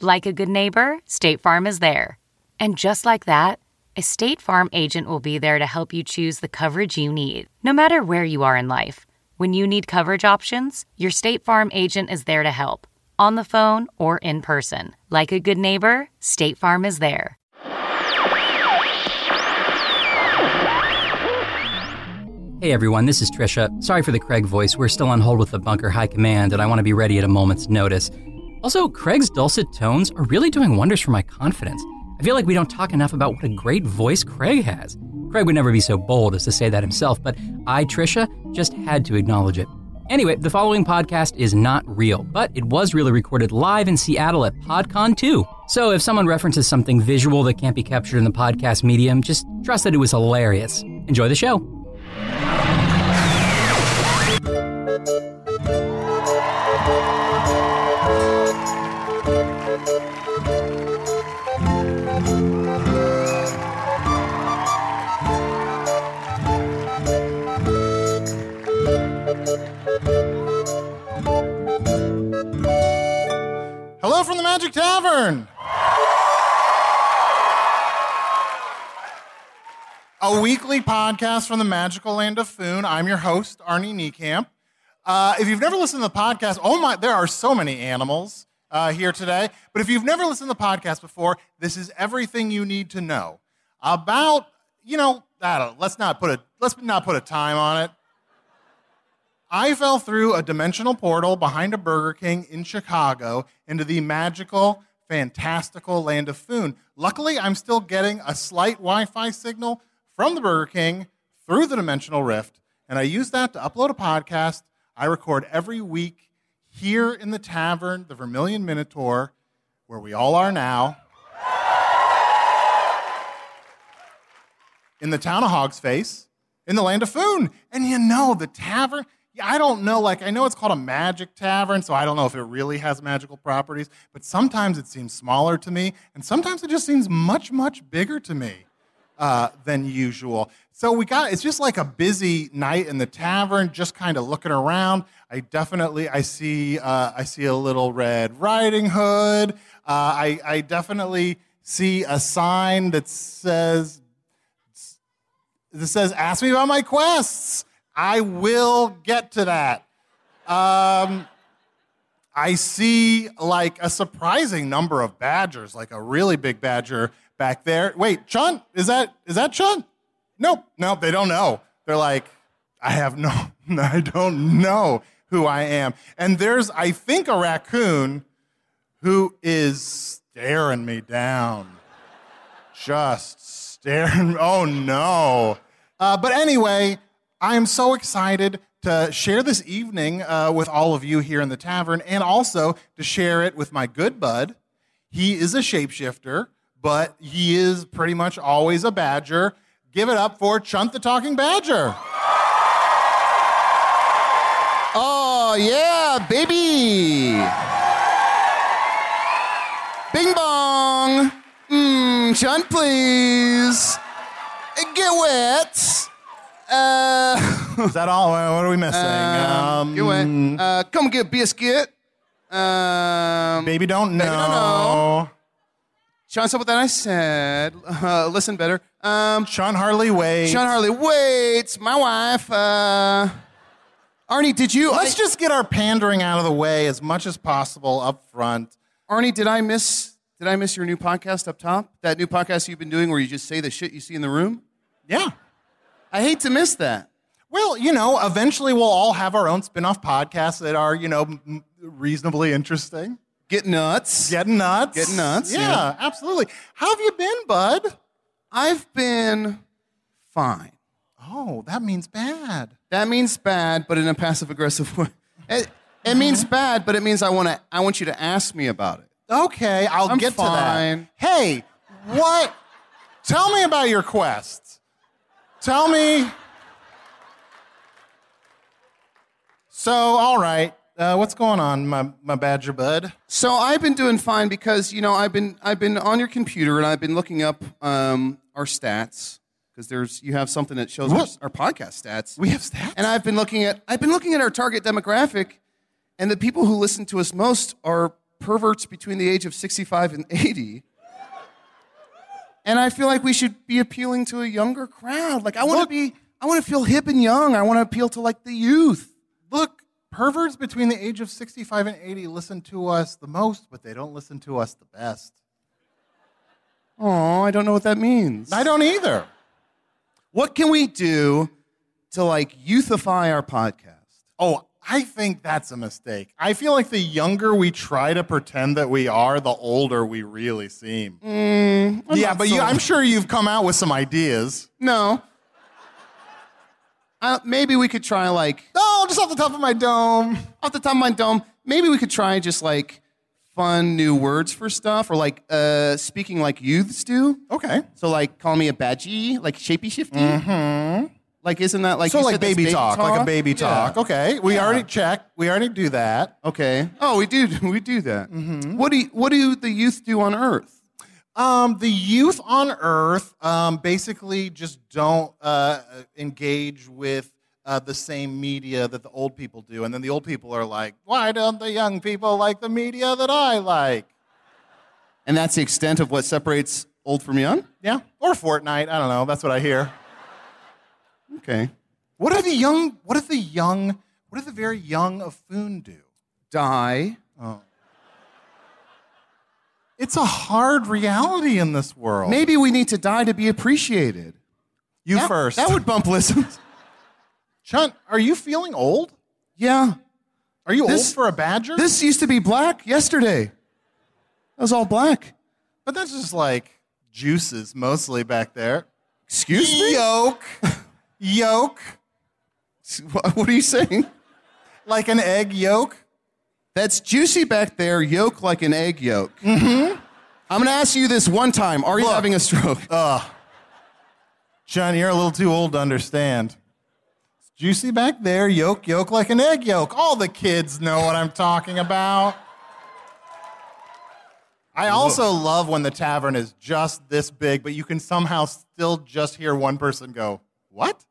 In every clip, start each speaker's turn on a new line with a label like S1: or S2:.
S1: Like a good neighbor, State Farm is there. And just like that, a State Farm agent will be there to help you choose the coverage you need, no matter where you are in life. When you need coverage options, your State Farm agent is there to help, on the phone or in person. Like a good neighbor, State Farm is there.
S2: Hey everyone, this is Trisha. Sorry for the Craig voice. We're still on hold with the bunker high command, and I want to be ready at a moment's notice. Also, Craig's dulcet tones are really doing wonders for my confidence. I feel like we don't talk enough about what a great voice Craig has. Craig would never be so bold as to say that himself, but I, Trisha, just had to acknowledge it. Anyway, the following podcast is not real, but it was really recorded live in Seattle at PodCon 2. So if someone references something visual that can't be captured in the podcast medium, just trust that it was hilarious. Enjoy the show.
S3: Hello from the Magic Tavern. A weekly podcast from the magical land of Foon. I'm your host, Arnie Niekamp. Uh, if you've never listened to the podcast, oh my, there are so many animals uh, here today. But if you've never listened to the podcast before, this is everything you need to know about, you know, I don't know, let's not put a, let's not put a time on it. I fell through a dimensional portal behind a Burger King in Chicago into the magical, fantastical land of Foon. Luckily, I'm still getting a slight Wi Fi signal from the Burger King through the dimensional rift, and I use that to upload a podcast I record every week here in the tavern, the Vermilion Minotaur, where we all are now. in the town of Hog's Face, in the land of Foon. And you know, the tavern, yeah, I don't know, like, I know it's called a magic tavern, so I don't know if it really has magical properties, but sometimes it seems smaller to me, and sometimes it just seems much, much bigger to me. Uh, than usual. So we got it's just like a busy night in the tavern, just kind of looking around. I definitely I see uh, I see a little red riding hood. Uh, I, I definitely see a sign that says this says, Ask me about my quests. I will get to that. Um, I see like a surprising number of badgers, like a really big badger back there. Wait, Chun, is that is that Chun? Nope, nope, they don't know. They're like, I have no, I don't know who I am. And there's, I think, a raccoon who is staring me down just staring. Oh no. Uh, but anyway, I am so excited to share this evening uh, with all of you here in the tavern and also to share it with my good bud. He is a shapeshifter, but he is pretty much always a badger. Give it up for Chunt the Talking Badger. Oh, yeah, baby. Bing bong. Mmm, Chunt, please. Get wet. Uh, Is that all? What are we missing? Um,
S4: You went. Uh, come get biscuit. Um,
S3: Baby don't know.
S4: Baby don't know. Sean said what that I said. Uh, listen better. Um,
S3: Sean Harley Way. uh,
S4: Sean Harley waits. My wife. Uh, Arnie, did you?
S3: Let's
S4: I-
S3: just get our pandering out of the way as much as possible up front.
S4: Arnie, did I miss? Did I miss your new podcast up top? That new podcast you've been doing, where you just say the shit you see in the room.
S3: Yeah.
S4: I hate to miss that.
S3: Well, you know, eventually we'll all have our own spin off podcasts that are, you know, m- reasonably interesting.
S4: Get nuts.
S3: Getting nuts.
S4: Getting nuts,
S3: Yeah,
S4: yeah.
S3: absolutely. How have you been, bud?
S4: I've been fine.
S3: Oh, that means bad.
S4: That means bad, but in a passive aggressive way. It, it means bad, but it means I want to. I want you to ask me about it.
S3: Okay, I'll
S4: I'm
S3: get
S4: fine.
S3: to that. Hey, what? Tell me about your quest. Tell me. So, all right, uh, what's going on, my, my badger bud?
S4: So I've been doing fine because you know I've been I've been on your computer and I've been looking up um, our stats because there's you have something that shows our,
S3: What?
S4: our podcast stats.
S3: We have stats?
S4: and I've been looking at I've been looking at our target demographic, and the people who listen to us most are perverts between the age of 65 and 80. And I feel like we should be appealing to a younger crowd. Like I want to
S3: Look-
S4: be I want to feel hip and young. I want to appeal to like the youth.
S3: Look, perverts between the age of 65 and 80 listen to us the most, but they don't listen to us the best.
S4: Oh, I don't know what that means.
S3: I don't either.
S4: What can we do to like youthify our podcast?
S3: Oh, I think that's a mistake. I feel like the younger we try to pretend that we are, the older we really seem. yeah, but you,
S4: so-
S3: Mm, I'm sure you've come out with some ideas.
S4: No. Uh, maybe we could try like
S3: No, just off the top of my dome.
S4: off the top of my dome. Maybe we could try just like fun new words for stuff, or like uh, speaking like youths do.
S3: Okay.
S4: So like call me a badgie, like shapey shifty. Like isn't that Mm-hmm. like
S3: So
S4: you
S3: like
S4: said that's
S3: baby, talk, like a baby
S4: Yeah.
S3: talk. Okay, we already checked. We already do that.
S4: Okay. Oh, we do. We do that. What do you, What do the youth do on Earth?
S3: Um, the youth on Earth um, basically just don't uh, engage with uh, the same media that the old people do, and then the old people are like, "Why don't the young people like the media that I like?"
S4: And that's the extent of what separates old from young.
S3: Yeah, or Fortnite. I don't know. That's what I hear.
S4: Okay.
S3: What are the young? What if the young? What do the very young of Foon do? Oh.
S4: Die.
S3: It's a hard reality in this world.
S4: Maybe we need to die to be appreciated.
S3: you
S4: That-
S3: first.
S4: That would bump listens.
S3: Chunt, are you feeling old?
S4: yeah.
S3: Are you
S4: This-
S3: old for a badger?
S4: This used to be black yesterday. That was all black.
S3: but that's just like juices mostly back there.
S4: Excuse me?
S3: Yolk. yolk.
S4: What are you saying?
S3: Like an egg yolk.
S4: That's juicy back there, yolk like an egg yolk. Mm-hmm. I'm going to ask you this one time. Are you
S3: Look.
S4: having a stroke?
S3: John, you're a little too old to understand. It's juicy back there, yolk, yolk like an egg yolk. All the kids know what I'm talking about. I also love when the tavern is just this big, but you can somehow still just hear one person go, What?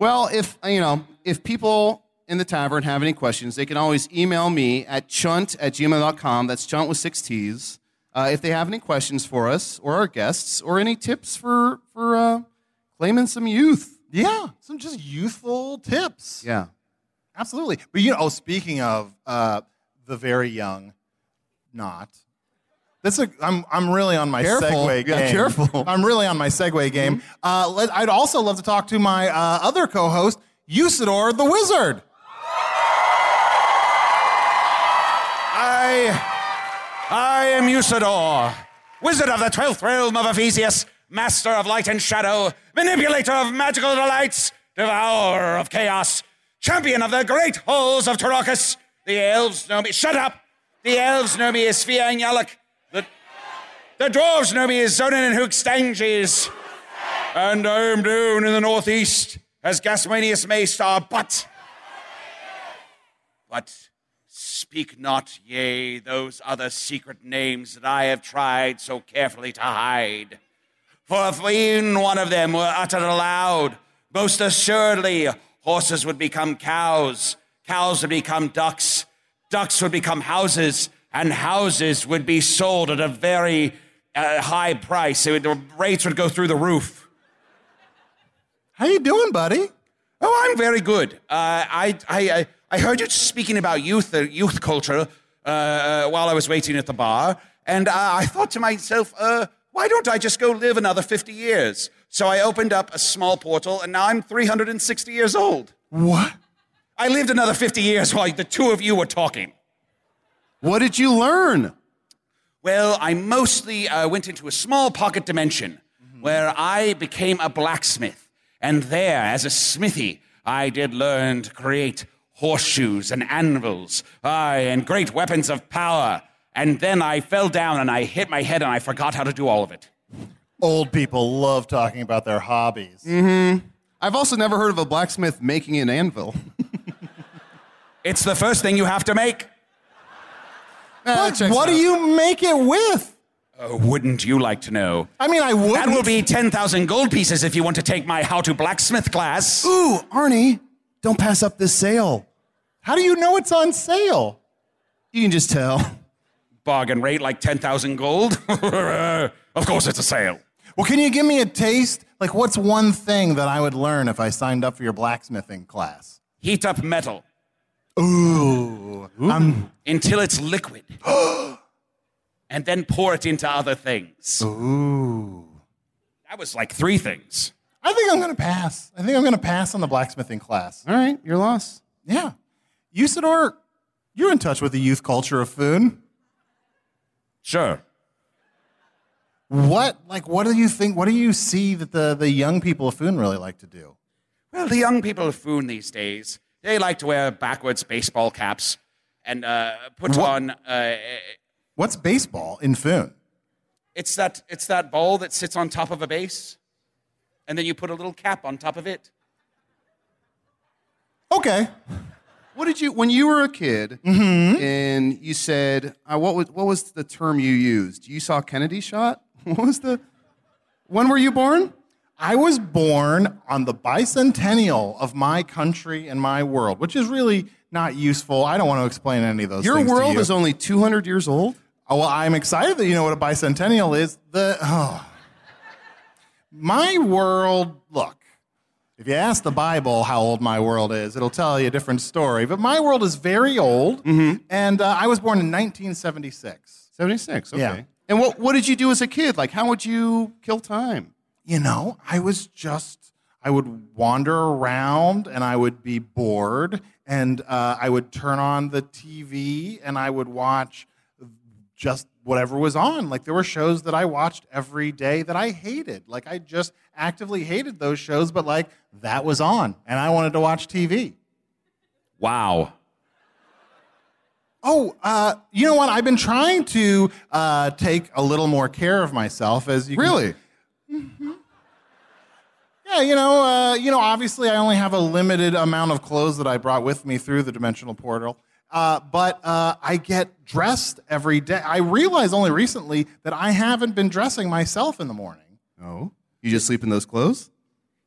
S4: Well, if you know, if people in the tavern have any questions, they can always email me at chunt at gmail.com. That's chunt with six T's. Uh, if they have any questions for us or our guests or any tips for for uh, claiming some youth,
S3: Yeah, some just youthful tips.
S4: yeah,
S3: Absolutely. But you know, oh, speaking of uh, the very young, not. That's a. I'm I'm really on my
S4: Careful.
S3: segue game.
S4: Yeah, careful.
S3: I'm really on my segue game. Uh, let, I'd also love to talk to my uh, other co-host, Usador the Wizard.
S5: I, I am Usador, wizard of the twelfth realm of Ephesius, master of light and shadow, manipulator of magical delights, devourer of chaos, champion of the great halls of Tarakas. The elves know me. Shut up! The elves know me as Fia and Yalak. The, the dwarves know me as Zonin and Hookstanges. And I am known in the northeast as Gasmanius Maystar, but. But Speak not, yea, those other secret names that I have tried so carefully to hide. For if e'en one of them were uttered aloud, most assuredly horses would become cows, cows would become ducks, ducks would become houses, and houses would be sold at a very uh, high price. It would, the rates would go through the roof.
S3: How you doing, buddy?
S5: Oh, I'm very good. Uh, I, I, I, I heard you speaking about youth, uh, youth culture, uh, while I was waiting at the bar, and uh, I thought to myself, uh, why don't I just go live another 50 years? So I opened up a small portal, and now I'm 360 years old.
S3: What?
S5: I lived another 50 years while the two of you were talking.
S4: What did you learn?
S5: Well, I mostly uh, went into a small pocket dimension where I became a blacksmith. And there, as a smithy, I did learn to create horseshoes and anvils, aye, and great weapons of power. And then I fell down and I hit my head and I forgot how to do all of it.
S3: Old people love talking about their hobbies.
S4: I've also never heard of a blacksmith making an anvil.
S5: It's the first thing you have to make.
S3: But what do you make it with?
S5: Oh, wouldn't you like to know?
S3: I mean, I would.
S5: That will be 10,000 gold pieces if you want to take my How to Blacksmith class.
S4: Ooh, Arnie, don't pass up this sale.
S3: How do you know it's on sale?
S4: You can just tell.
S5: Bargain rate like 10,000 gold. of course, it's a sale.
S3: Well, can you give me a taste? Like, what's one thing that I would learn if I signed up for your blacksmithing class?
S5: Heat up metal
S3: Ooh. I'm,
S5: until it's liquid. and then pour it into other things.
S3: ooh.
S5: That was like three things.
S3: I think I'm going to pass. I think I'm going to pass on the blacksmithing class.
S4: All right, your loss.
S3: Yeah. Usador, you're in touch with the youth culture of Foon.
S5: Sure.
S3: What, like, what do you think, what do you see that the, the young people of Foon really like to do?
S5: Well, the young people of Foon these days, they like to wear backwards baseball caps and uh, put on. Uh,
S3: What's baseball in Foon?
S5: it's, that, it's that ball that sits on top of a base, and then you put a little cap on top of it.
S3: Okay.
S4: What did you when you were a kid Mm-hmm. and you said uh, what was what was the term you used? You saw Kennedy shot? What was the when were you born?
S3: I was born on the bicentennial of my country and my world, which is really not useful. I don't want to explain any of those
S4: Your
S3: things. to
S4: world
S3: you.
S4: is only 200 years old.
S3: Oh, well, I'm excited that you know what a bicentennial is. The oh. my world. Look, if you ask the Bible how old my world is, it'll tell you a different story. But my world is very old,
S4: Mm-hmm.
S3: and uh, I was born in 1976.
S4: 76. Okay.
S3: Yeah.
S4: And what what did you do as a kid? Like how would you kill time?
S3: You know, I was just. I would wander around and I would be bored, and uh, I would turn on the TV and I would watch just whatever was on. Like there were shows that I watched every day that I hated. Like I just actively hated those shows, but like that was on and I wanted to watch TV.
S5: Wow.
S3: Oh, uh, you know what? I've been trying to uh, take a little more care of myself as you can- Mm-hmm.
S4: Really?
S3: Yeah, you know, uh, you know. Obviously, I only have a limited amount of clothes that I brought with me through the dimensional portal. Uh, but uh, I get dressed every day. I realize only recently that I haven't been dressing myself in the morning.
S4: No. Oh? You just sleep in those clothes?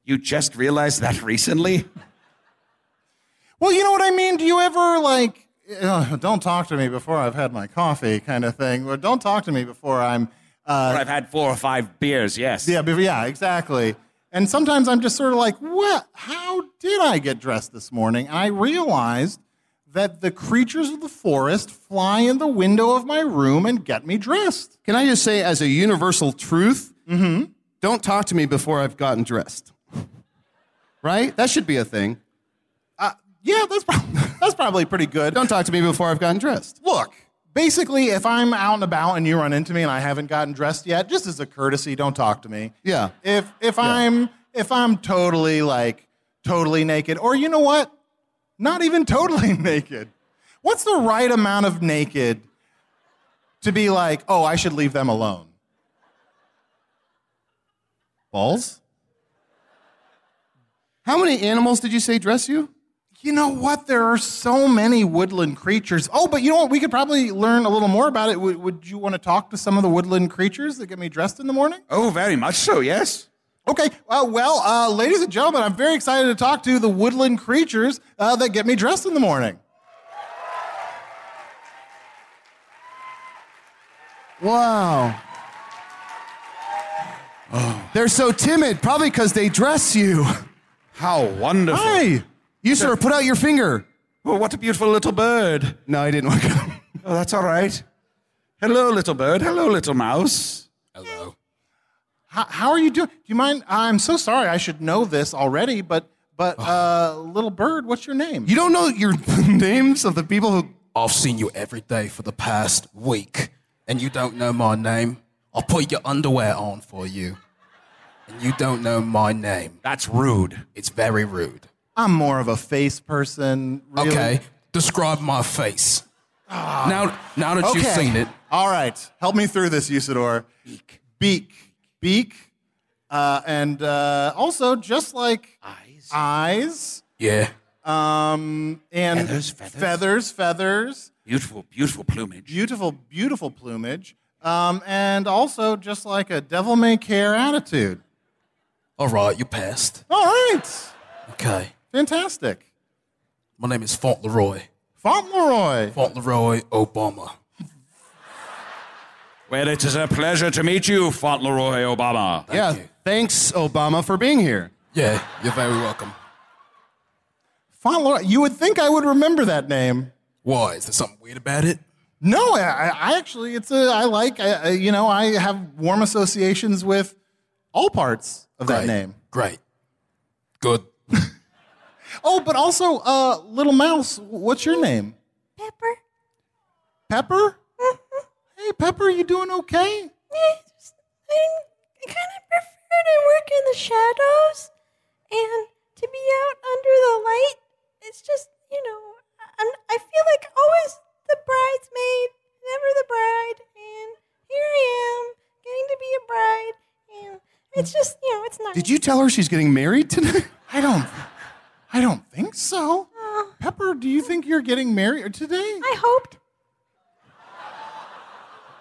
S5: You just realized that recently?
S3: Well, you know what I mean? Do you ever like "Ugh, don't talk to me before I've had my coffee kind of thing? Or don't talk to me before I'm uh
S5: Or I've had four or five beers, yes.
S3: yeah, bef- yeah, exactly. And sometimes I'm just sort of like, "What? How did I get dressed this morning?" And I realized that the creatures of the forest fly in the window of my room and get me dressed.
S4: Can I just say as a universal truth, don't talk to me before I've gotten dressed. Right? That should be a thing.
S3: Uh, Yeah, that's prob- that's probably pretty good.
S4: Don't talk to me before I've gotten dressed.
S3: look, basically, if I'm out and about and you run into me and I haven't gotten dressed yet, just as a courtesy, don't talk to me.
S4: Yeah.
S3: If if I'm if I'm totally like totally naked, or you know what, not even totally naked. What's the right amount of naked to be like, oh, I should leave them alone?
S4: Balls? How many animals did you say dress you?
S3: You know what? There are so many woodland creatures. Oh, but you know what? We could probably learn a little more about it. Would, would you want to talk to some of the woodland creatures that get me dressed in the morning?
S5: Oh, very much so, yes.
S3: Okay. Uh, well, uh, ladies and gentlemen, I'm very excited to talk to the woodland creatures uh, that get me dressed in the morning. Oh.
S4: Wow. They're so timid, probably because they dress you.
S5: How wonderful.
S3: Hey,
S4: You, sir, put out your finger.
S5: Well, what a beautiful little bird.
S4: No, I didn't work out.
S5: Oh, that's all right. Hello, little bird. Hello, little mouse.
S6: Hello.
S3: how, how are you doing? Do you mind? I'm so sorry. I should know this already, but but uh, little bird, what's your name?
S4: You don't know your names of the people who.
S7: I've seen you every day for the past week, and you don't know my name. I put your underwear on for you, and you don't know my name.
S5: That's rude.
S7: It's very rude.
S3: I'm more of a face person. Really. Ah.
S7: Okay, describe my face. Now, now that you've seen it,
S3: All right. Help me through this, Usador. Beak. Beak. Beak. Uh, and uh, also, just like eyes, eyes
S7: yeah,
S3: um, and
S5: Feathers, feathers.
S3: feathers, feathers,
S5: Beautiful, beautiful plumage.
S3: beautiful, beautiful plumage, um, and also just like a devil may care attitude.
S7: all right, you passed.
S3: All right.
S7: Okay,
S3: Fantastic.
S7: my name is Fauntleroy.
S3: Fauntleroy.
S7: Fauntleroy Obama.
S5: Well, it is a pleasure to meet you, Fauntleroy Obama.
S4: yeah.
S7: you.
S4: Thanks, Obama, for being here.
S7: Yeah, you're very welcome.
S3: Fauntleroy. You would think I would remember that name.
S7: Why? Is there something weird about it?
S3: No, I, I I actually, it's a, I like, I, I- Uh, you know, I have warm associations with all parts of that
S7: Great.
S3: name.
S7: Great. Good.
S3: Oh, but also, uh, Little Mouse, what's your name?
S8: Pepper?
S3: Pepper? Hey, Pepper, you doing okay?
S8: I, just- I- I kind of prefer to work in the shadows and to be out under the light. It's just, you know, I'm, I feel like always the bridesmaid, never the bride. And here I am, getting to be a bride. And it's just, you know, it's nice.
S4: Did you tell her she's getting married today?
S3: I don't, I don't think so.
S8: Oh.
S3: Pepper, do you think you're getting married today?
S8: I hoped.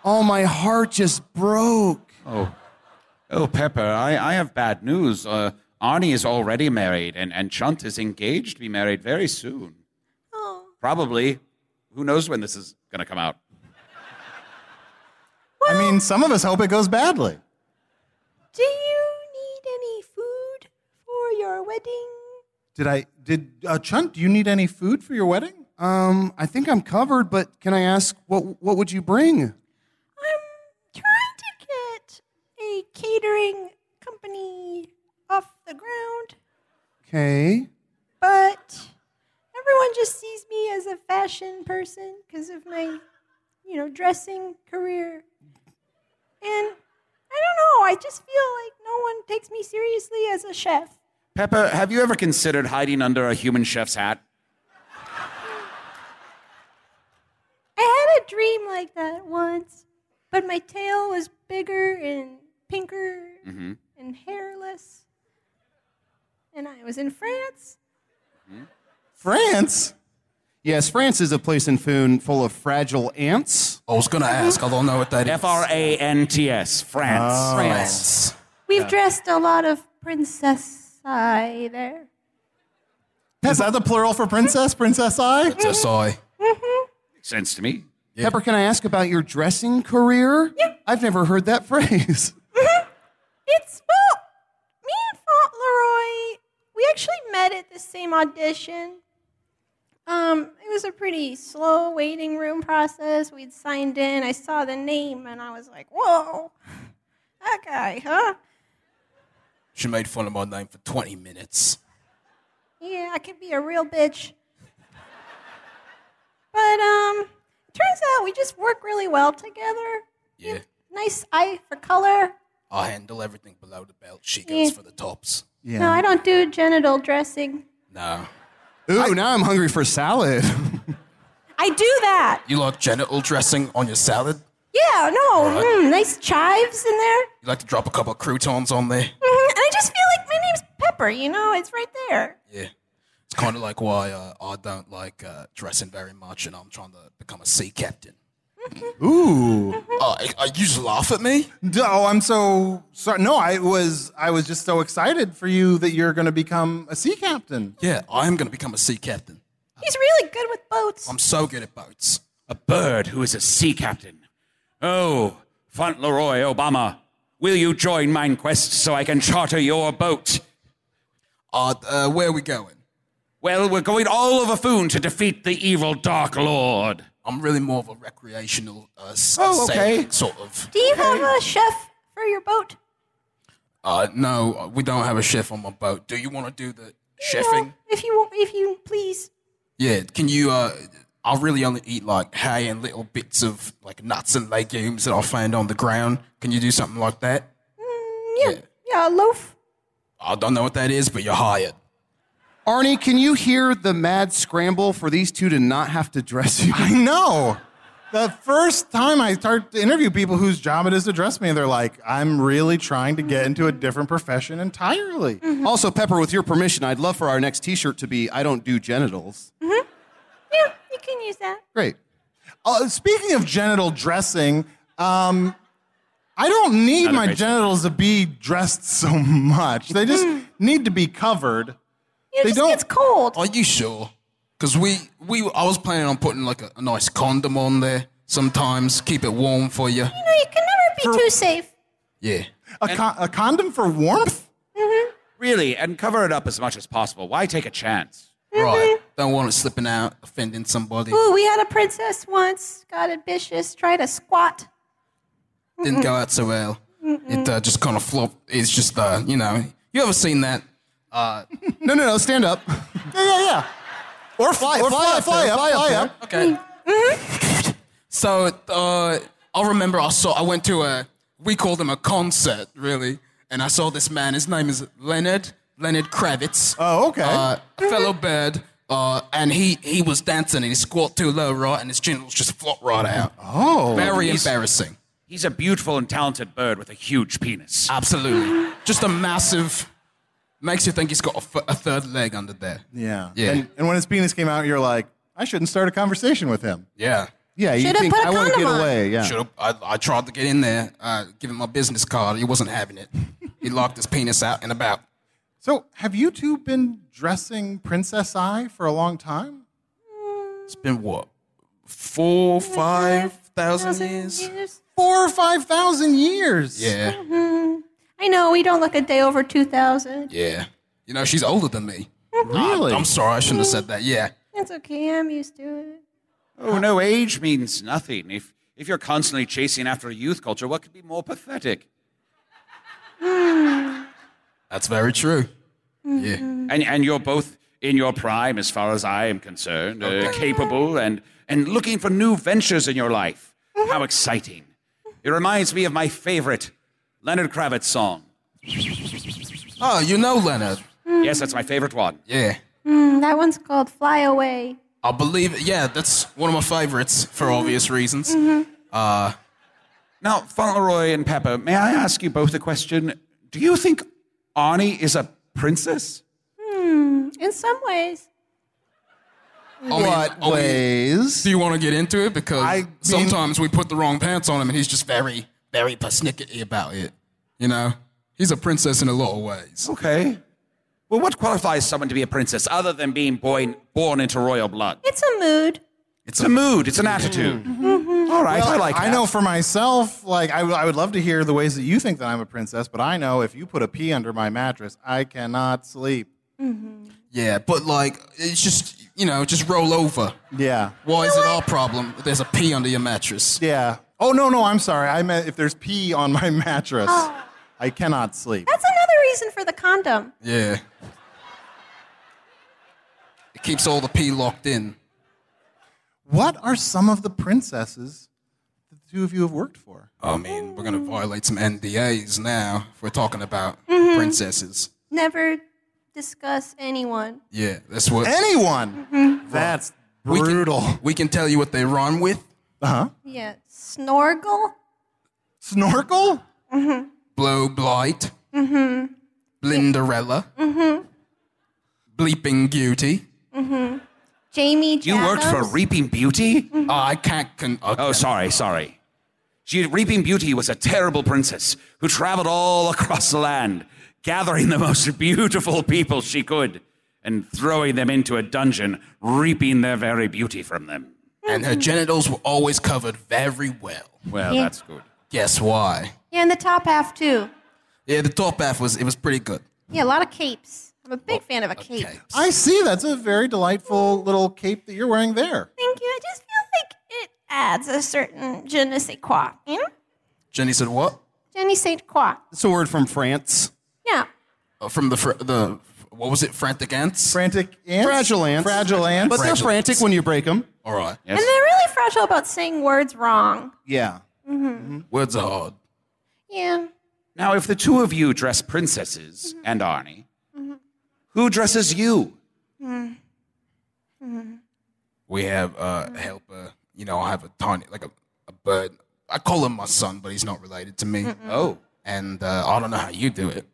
S4: Oh, my heart just broke.
S5: Oh, oh, Pepper, I, I have bad news. Uh, Arnie is already married, and, and Chunt is engaged to be married very soon.
S8: Oh,
S5: Probably. Who knows when this is going to come out?
S3: I mean, some of us hope it goes badly.
S8: do you need any food for your wedding?
S3: Did I, did, uh, Chunt, do you need any food for your wedding?
S4: Um, I think I'm covered, but can I ask what what would you bring?
S8: I'm trying to get a catering company off the ground,
S4: Okay.
S8: but everyone just sees me as a fashion person because of my, you know, dressing career. And I don't know, I just feel like no one takes me seriously as a chef.
S5: Pepper, have you ever considered hiding under a human chef's hat?
S8: I had a dream like that once, but my tail was bigger and pinker and hairless. And I was in France.
S3: France?
S4: Yes, France is a place in Foon full of fragile ants.
S7: I was going to ask. I don't know what that is.
S5: F R A N T S, France.
S7: France.
S8: We've dressed a lot of princess I there.
S3: Is that the plural for princess? Princess I?
S7: That's SI.
S5: Makes sense to me.
S4: Pepper, can I ask about your dressing career? Yeah. I've never heard that phrase.
S8: It's well, me and Fauntleroy, we actually met at the same audition. Um, it was a pretty slow waiting room process. We'd signed in. I saw the name and I was like, "Whoa, that guy, huh?"
S7: She made fun of my name for 20 minutes.
S8: Yeah, I could be a real bitch. But um, turns out we just work really well together.
S7: Yeah.
S8: Nice eye for color.
S7: I handle everything below the belt. She goes
S8: Yeah.
S7: for the tops.
S8: No, I don't do genital dressing.
S7: No.
S4: Ooh, now I'm hungry for salad.
S8: I do that.
S7: You like genital dressing on your salad?
S8: Yeah, no, mm, nice chives in there.
S7: You like to drop a couple of croutons on there?
S8: hmm And I just feel like my name's Pepper, you know, it's right there.
S7: Yeah. It's kind of like why uh, I don't like uh, dressing very much and I'm trying to become a sea captain.
S3: Ooh.
S7: Oh, I, I you just laugh at me?
S3: D- Oh, I'm so sorry. No, I was I was just so excited for you that you're going to become a sea captain.
S7: Yeah, I am going to become a sea captain.
S8: He's really good with boats.
S7: I'm so good at boats.
S5: A bird who is a sea captain. Oh, Fauntleroy Obama, will you join mine quest so I can charter your boat?
S7: Uh, uh, where are we going?
S5: Well, we're going all over Foon to defeat the evil Dark Lord.
S7: I'm really more of a recreational uh, s-
S4: Oh,
S7: sailing
S4: okay.
S7: sort of.
S8: Do you have a chef for your boat?
S7: Uh, no, uh, we don't have a chef on my boat. Do you want to do the chefing?
S8: No, if you won't, if you please.
S7: Yeah, can you? Uh, I really only eat like hay and little bits of like nuts and legumes that I find on the ground. Can you do something like that?
S8: Mm, yeah, yeah, a loaf.
S7: I don't know what that is, but you're hired.
S4: Arnie, can you hear the mad scramble for these two to not have to dress you?
S3: I know. The first time I start to interview people whose job it is to dress me, they're like, I'm really trying to get into a different profession entirely.
S4: Mm-hmm. also, Pepper, with your permission, I'd love for our next T-shirt to be "I don't do genitals."
S8: Yeah, you can use that.
S4: Great.
S3: Uh, speaking of genital dressing, um, I don't need my genitals to be dressed so much. They just need to be covered.
S8: You know,
S3: They
S8: just
S3: don't-
S8: gets cold.
S7: Are you sure? Because we, we, I was planning on putting like a, a nice condom on there sometimes, keep it warm for you.
S8: You know, you can never be too safe.
S7: Yeah.
S3: A, con- a condom for warmth?
S5: Really, and cover it up as much as possible. Why take a chance?
S7: Right. Don't want it slipping out, offending somebody.
S8: Ooh, we had a princess once, got ambitious, tried to squat.
S7: Didn't go out so well. It uh, just kind of flopped. It's just, uh, you know, you ever seen that? Uh,
S4: No, no, no. Stand up.
S3: Yeah, yeah, yeah. Or fly, or fly,
S4: up
S3: fly,
S4: there,
S3: up,
S4: fly
S3: fly,
S4: up
S3: up.
S4: there.
S7: okay. so uh, I remember I saw, I went to a, we called him a concert, really. And I saw this man, his name is Leonard, Leonard Kravitz.
S3: Oh, okay.
S7: uh, a fellow bird, uh, and he he was dancing and he squat too low, right, and his genitals just flopped right out. Oh, very embarrassing.
S5: He's a beautiful and talented bird with a huge penis.
S7: Absolutely, just a massive. Makes you think he's got a, f- a third leg under there.
S3: yeah.
S7: Yeah.
S3: And, and when his penis came out, you're like, I shouldn't start a conversation with him.
S7: Yeah.
S4: Yeah, you
S8: Should've
S4: think
S8: put a
S4: I want to
S8: condom
S4: get
S8: on.
S4: away? Yeah.
S7: Should have. I, I tried to get in there, uh, give him my business card. He wasn't having it. He locked his penis out and about.
S3: So, have you two been dressing Princess I for a long time?
S7: It's been what, four, five thousand years?
S8: Years.
S3: Four or 5,000 years.
S7: Yeah.
S8: I know we don't look a day over two thousand.
S7: Yeah. You know she's older than me.
S3: Really?
S7: I'm sorry, I shouldn't have said that. Yeah.
S8: That's okay. I'm used to it.
S5: Oh, no, age means nothing. If, if you're constantly chasing after a youth culture, what could be more pathetic?
S7: That's very true.
S5: And, and you're both in your prime, as far as I am concerned, uh, capable and, and looking for new ventures in your life. How exciting. It reminds me of my favorite Leonard Kravitz song.
S7: Oh, you know Leonard.
S5: Yes, that's my favorite one.
S7: Yeah.
S8: Mm, that one's called "Fly Away."
S7: I believe yeah, that's one of my favorites for obvious reasons.
S3: Mm-hmm.
S7: Uh,
S5: Now, Fauntleroy and Pepper, may I ask you both a question? Do you think Arnie is a princess?
S8: In some ways,
S4: What
S7: oh,
S4: ways?
S7: Do you want to get into it? Because
S3: I mean-
S7: sometimes we put the wrong pants on him and he's just very, very persnickety about it. You know? He's a princess in a lot of ways.
S5: Okay. Well, what qualifies someone to be a princess other than being born, born into royal blood?
S8: it's a mood.
S5: It's a mood, it's an attitude. Mm-hmm. All right, I like
S3: I
S5: that.
S3: know for myself, like, I, w- I would love to hear the ways that you think that I'm a princess, but I know if you put a pea under my mattress, I cannot sleep.
S7: Yeah, but like it's just you know, just roll over.
S3: Yeah.
S7: Why is it our problem? that There's a pee under your mattress.
S3: Yeah. Oh, no, no, I'm sorry. I meant if there's pee on my mattress, I cannot sleep.
S8: That's another reason for the condom.
S7: Yeah. It keeps all the pee locked in.
S3: What are some of the princesses that the two of you have worked for?
S7: I mean, we're gonna violate some NDAs now if we're talking about princesses.
S8: Never discuss anyone.
S7: Yeah, that's what
S3: Anyone. That's
S7: we can-
S3: brutal.
S7: We can, tell you what they rhyme with.
S8: Yeah, snorkel.
S3: Snorkel?
S7: Blow blight. Mm-hmm. Blinderella. Mm-hmm. Bleeping beauty.
S8: Jamie.
S5: You worked for
S8: Jadams.
S5: Reaping Beauty?
S7: Oh, I can't. Con- I
S5: Oh,
S7: can't-
S5: sorry, sorry. She, Reaping Beauty was a terrible princess who traveled all across the land, gathering the most beautiful people she could and throwing them into a dungeon, reaping their very beauty from them.
S7: And her genitals were always covered very well.
S5: Well,
S8: Yeah.
S5: that's good.
S7: Guess why?
S8: Yeah, and the top half too.
S7: Yeah, the top half was it was pretty good.
S8: Yeah, a lot of capes. I'm a
S5: Oh,
S8: big fan of a cape.
S9: I see. That's a very delightful little cape that you're wearing there.
S8: Thank you. I just feel like it adds a certain je ne sais quoi. You know?
S7: Jenny said, "What?"
S8: Je ne sais quoi.
S4: It's a word from France.
S8: Yeah.
S7: Uh, From the fr- the what was it? Frantic ants.
S9: Frantic ants.
S4: Fragile ants.
S9: Fragile ants.
S4: But they're frantic when you break them.
S7: All right.
S8: And they're really fragile about saying words wrong.
S4: Yeah.
S7: Words are hard.
S8: Yeah.
S5: Now, if the two of you dress princesses and Arnie, who dresses you?
S7: We have a helper. You know, I have a tiny like a, a bird. I call him my son, but he's not related to me.
S5: Oh,
S7: And uh, I don't know how you do it.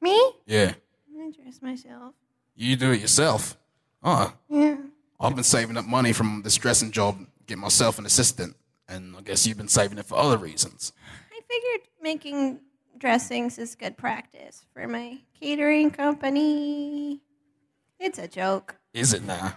S8: Me?
S7: Yeah,
S8: I dress myself.
S7: you do it yourself. Oh,
S8: Yeah.
S7: I've been saving up money from this dressing job, get myself an assistant, and I guess you've been saving it for other reasons.
S8: I figured making dressings is good practice for my catering company. It's a joke.
S7: Is it now?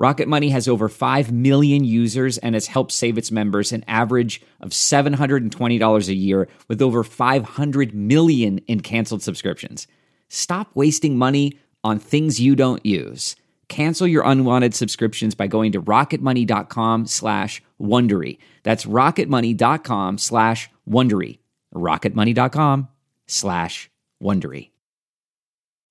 S2: Rocket Money has over 5 million users and has helped save its members an average of $720 a year with over 500 million in canceled subscriptions. Stop wasting money on things you don't use. Cancel your unwanted subscriptions by going to rocketmoney.com slash Wondery. That's rocketmoney.com slash Wondery. rocketmoney.com slash Wondery.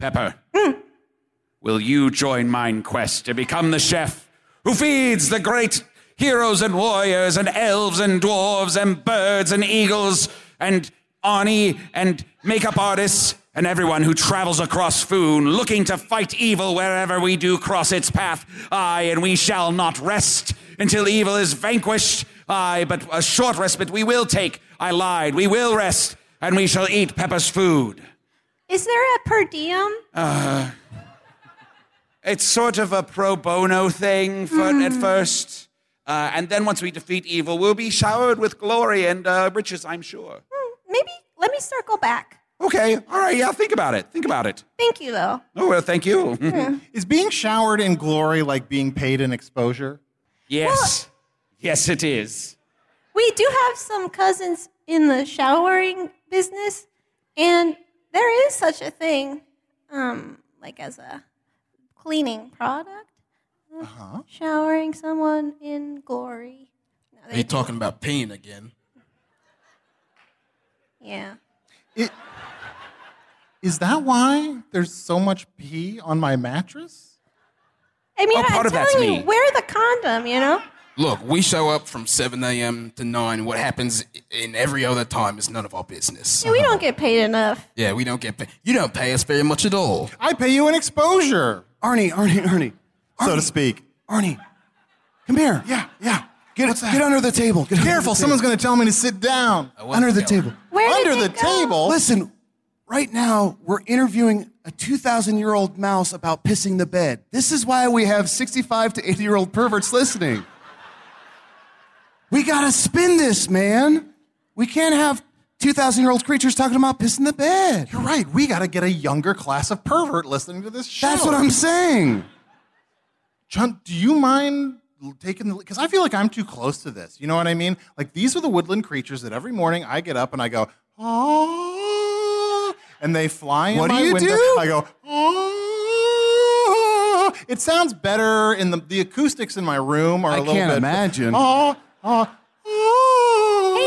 S5: Pepper, will you join mine quest to become the chef who feeds the great heroes and warriors and elves and dwarves and birds and eagles and Arnie and makeup artists and everyone who travels across Foon looking to fight evil wherever we do cross its path? Aye, and we shall not rest until evil is vanquished. Aye, but a short respite we will take. I lied. We will rest, and we shall eat Pepper's food.
S8: Is there a per diem?
S5: It's sort of a pro bono thing for, at
S8: Hmm.
S5: first. Uh, and then once we defeat evil, we'll be showered with glory and uh, riches, I'm sure.
S8: Hmm, maybe let me circle back.
S5: Okay, all right, yeah, think about it. Think about it.
S8: Thank you, though.
S5: Oh, well, thank you.
S8: Hmm.
S9: Is being showered in glory like being paid in exposure?
S5: yes. Yes, it is.
S8: We do have some cousins in the showering business, and there is such a thing, um, like as a cleaning product. Uh-huh. Showering someone in glory. No,
S7: Are you talking about pain again?
S8: yeah.
S9: It, is that why there's so much pee on my mattress?
S8: I mean,
S5: Oh, part
S8: I'm
S5: of that's
S8: telling you,
S5: me.
S8: wear the condom. You know.
S7: Look, we show up from 7 a.m. to 9. What happens i- in every other time is none of our business.
S8: Yeah, we don't get paid enough.
S7: Yeah, we don't get paid. You don't pay us very much at all.
S9: I pay you in exposure,
S4: Arnie, Arnie, Arnie.
S9: so to speak.
S4: Arnie. Come here.
S9: Yeah, yeah.
S4: Get, get under the table. Get under
S9: Careful,
S4: the
S9: someone's
S4: table.
S9: going to tell me to sit down.
S7: wasn't
S4: under the
S7: going.
S4: table.
S8: Where did
S9: Under
S8: they
S9: the
S8: go?
S9: table.
S4: Listen, right now we're interviewing a 2,000 year old mouse about pissing the bed. This is why we have 65 to 80 year old perverts listening. We gotta spin this, man. We can't have 2,000 year old creatures talking about pissing the bed.
S3: You're right. We got to get a younger class of pervert listening to this show.
S4: That's what I'm saying.
S3: Chunt, do you mind l- taking the. Because I feel like I'm too close to this. You know what I mean? Like, these are the woodland creatures that every morning I get up and I go, oh, and they fly in
S4: What do
S3: my
S4: you
S3: window.
S4: do?
S3: I go, oh. It sounds better in the, the acoustics in my room are a
S4: I
S3: little
S4: can't
S3: bit.
S4: imagine.
S3: Oh, oh.
S8: Hey,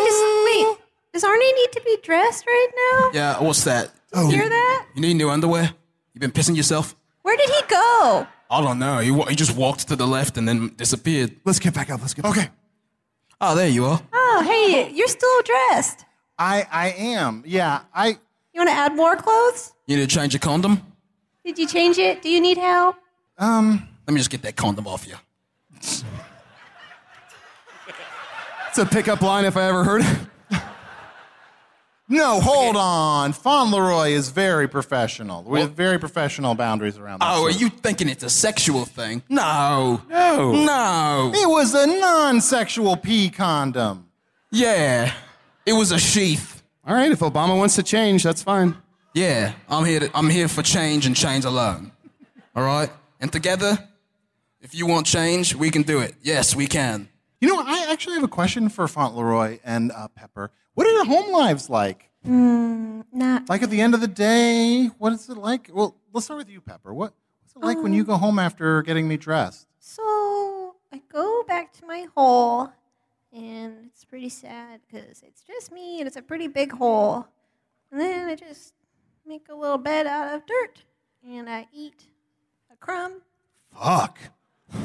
S3: ah."
S8: does, wait, does Arnie need to be dressed right now?
S7: Yeah, what's that?
S8: Oh. Hear that?
S7: You need new underwear? You been pissing yourself?
S8: Where did he go?
S7: I don't know. He, wa- he just walked to the left and then disappeared.
S4: Let's get back up. Let's get
S3: Okay.
S7: Oh, there you are.
S8: Oh, hey, you're still dressed.
S3: I, I am. Yeah. I.
S8: You want to add more clothes?
S7: You need to change your condom?
S8: Did you change it? Do you need help?
S3: Um,
S7: Let me just get that condom off you.
S4: It's a pickup line if I ever heard it.
S3: No, hold on. Fauntleroy is very professional. We have very professional boundaries around this.
S7: Oh, are you thinking it's a sexual thing? No. No. No.
S3: It was a non-sexual pee condom.
S7: Yeah. It was a sheath.
S4: All right, if Obama wants to change, that's fine.
S7: Yeah. I'm here, to, I'm here for change and change alone. All right? And together, if you want change, we can do it. Yes, we can.
S3: You know, I actually have a question for Fauntleroy and uh, Pepper. What are their home lives like?
S8: Hmm, Not.
S3: Like at the end of the day, what is it like? Well, let's start with you, Pepper. What, what's it like when you
S8: Um.
S3: go home after getting me dressed?
S8: So I go back to my hole, and it's pretty sad because it's just me, and it's a pretty big hole. And then I just make a little bed out of dirt, and I eat a crumb.
S3: Fuck.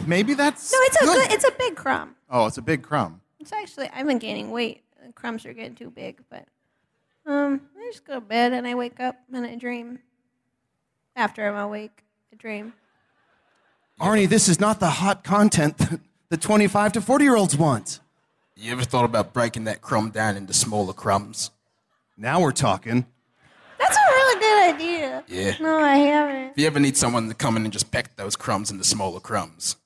S3: Maybe that's
S8: No, it's a good. It's a big crumb.
S3: oh, it's a big crumb.
S8: It's actually I've been gaining weight. The crumbs are getting too big, but um, I just go to bed and I wake up and I dream. After I'm awake, I dream.
S4: Arnie, this is not the hot content that the 25 to 40 year olds want.
S7: You ever thought about breaking that crumb down into smaller crumbs?
S4: Now we're talking.
S8: That's a really good idea.
S7: Yeah.
S8: No, I haven't.
S7: If you ever need someone to come in and just peck those crumbs into smaller crumbs.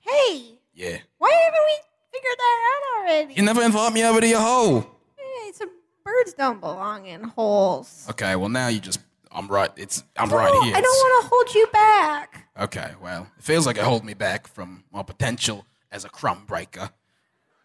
S8: Hey,
S7: Yeah.
S8: why haven't we figured that out already?
S7: You never invite me over to your hole.
S8: Hey, so birds don't belong in holes.
S7: Okay, well now you just I'm right. It's I'm
S8: No,
S7: right here.
S8: I don't want to hold you back.
S7: Okay, well, it feels like it hold me back from my potential as a crumb breaker.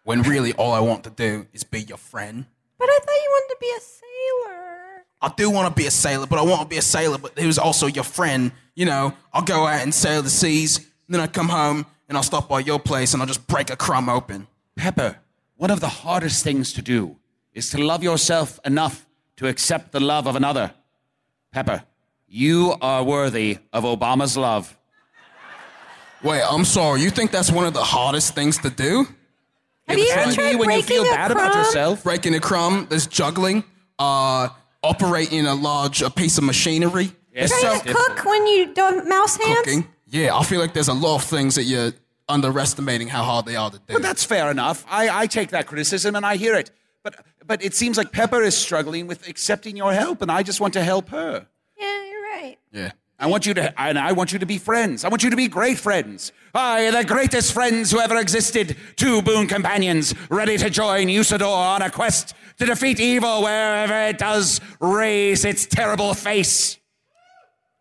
S7: When really all I want to do is be your friend.
S8: But I thought you wanted to be a sailor.
S7: I do want to be a sailor, but I want to be a sailor, but who's also your friend. You know, I'll go out and sail the seas, and then I come home and I'll stop by your place and I'll just break a crumb open.
S5: Pepper, one of the hardest things to do is to love yourself enough to accept the love of another. Pepper, you are worthy of Obama's love.
S7: Wait, I'm sorry. You think that's one of the hardest things to do?
S8: Have you ever tried
S5: when you feel
S8: breaking a
S5: bad about
S8: crumb?
S5: yourself,
S7: breaking a crumb, there's juggling, uh, operating a large a piece of machinery. There's
S8: Trying
S7: so-
S8: to cook when you don't mouse hands.
S7: cooking. Yeah, I feel like there's a lot of things that you're underestimating how hard they are to do.
S5: But that's fair enough. I, I take that criticism and I hear it. But, but it seems like Pepper is struggling with accepting your help, and I just want to help her.
S8: Yeah, you're right.
S7: yeah.
S5: I want you to, and I want you to be friends. I want you to be great friends. I, the greatest friends who ever existed, two boon companions, ready to join Usador on a quest to defeat evil wherever it does raise its terrible face.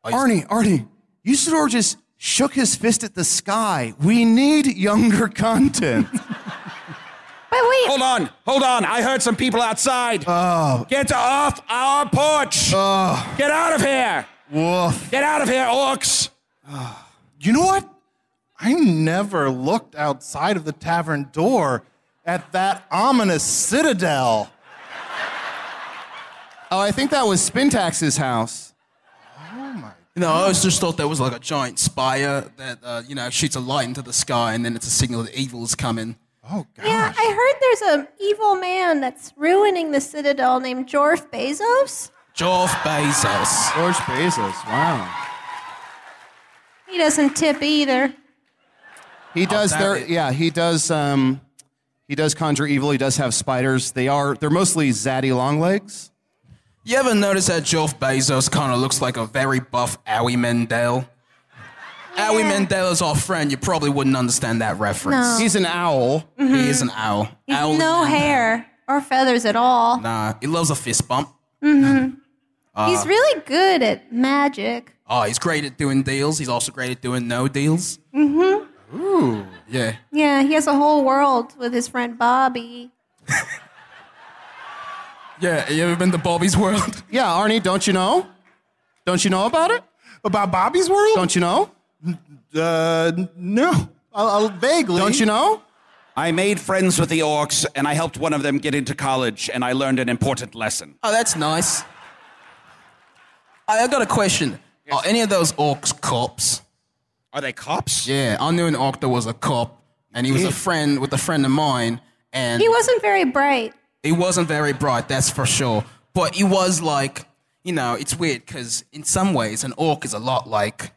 S4: Arnie, Arnie, Usador just shook his fist at the sky. We need younger content.
S8: But wait,
S5: Hold on, hold on. I heard some people outside. Get off our porch. Get out of here.
S4: Woof.
S5: Get out of here, orcs.
S3: You know what? I never looked outside of the tavern door at that ominous citadel.
S4: Oh, I think that was Spintax's house.
S7: You know, I always just thought that was like a giant spire that, uh, you know, shoots a light into the sky and then it's a signal that evil's coming.
S3: Oh gosh.
S8: yeah, I heard there's an evil man that's ruining the citadel named Jorf Bezos.
S7: Jeff Bezos.
S4: George Bezos. Wow.
S8: He doesn't tip either.
S4: He does
S7: that
S4: there.
S7: is-
S4: Yeah, he does. Um, he does conjure evil. He does have spiders. They are. They're mostly zaddy long legs.
S7: You ever notice how Jeff Bezos kind of looks like a very buff Howie Mandel? Howie Mandel is our friend. You probably wouldn't understand that reference.
S4: He's an owl.
S7: He is an owl.
S8: He's
S7: Owl
S8: no hair. or feathers at all.
S7: Nah, Uh, he loves a fist bump.
S8: hmm
S7: Uh,
S8: He's really good at magic.
S7: Oh, he's great at doing deals. He's also great at doing no deals.
S8: hmm
S7: Ooh. Yeah.
S8: Yeah, he has a whole world with his friend Bobby.
S7: Yeah. You ever been to Bobby's World?
S4: Yeah, Arnie, don't you know? Don't you know about it?
S3: About Bobby's World?
S4: Don't you know?
S3: Uh, no. I'll, vaguely.
S4: Don't you know?
S5: I made friends with the orcs and I helped one of them get into college and I learned an important lesson.
S7: Oh, that's nice. I, I got a question. Are any of those orcs cops?
S5: Are they cops?
S7: Yeah, I knew an orc that was a cop, and he was a friend with a friend of mine, and
S8: He wasn't very bright.
S7: He wasn't very bright, that's for sure. But he was like, you know, it's weird because in some ways, an orc is a lot like,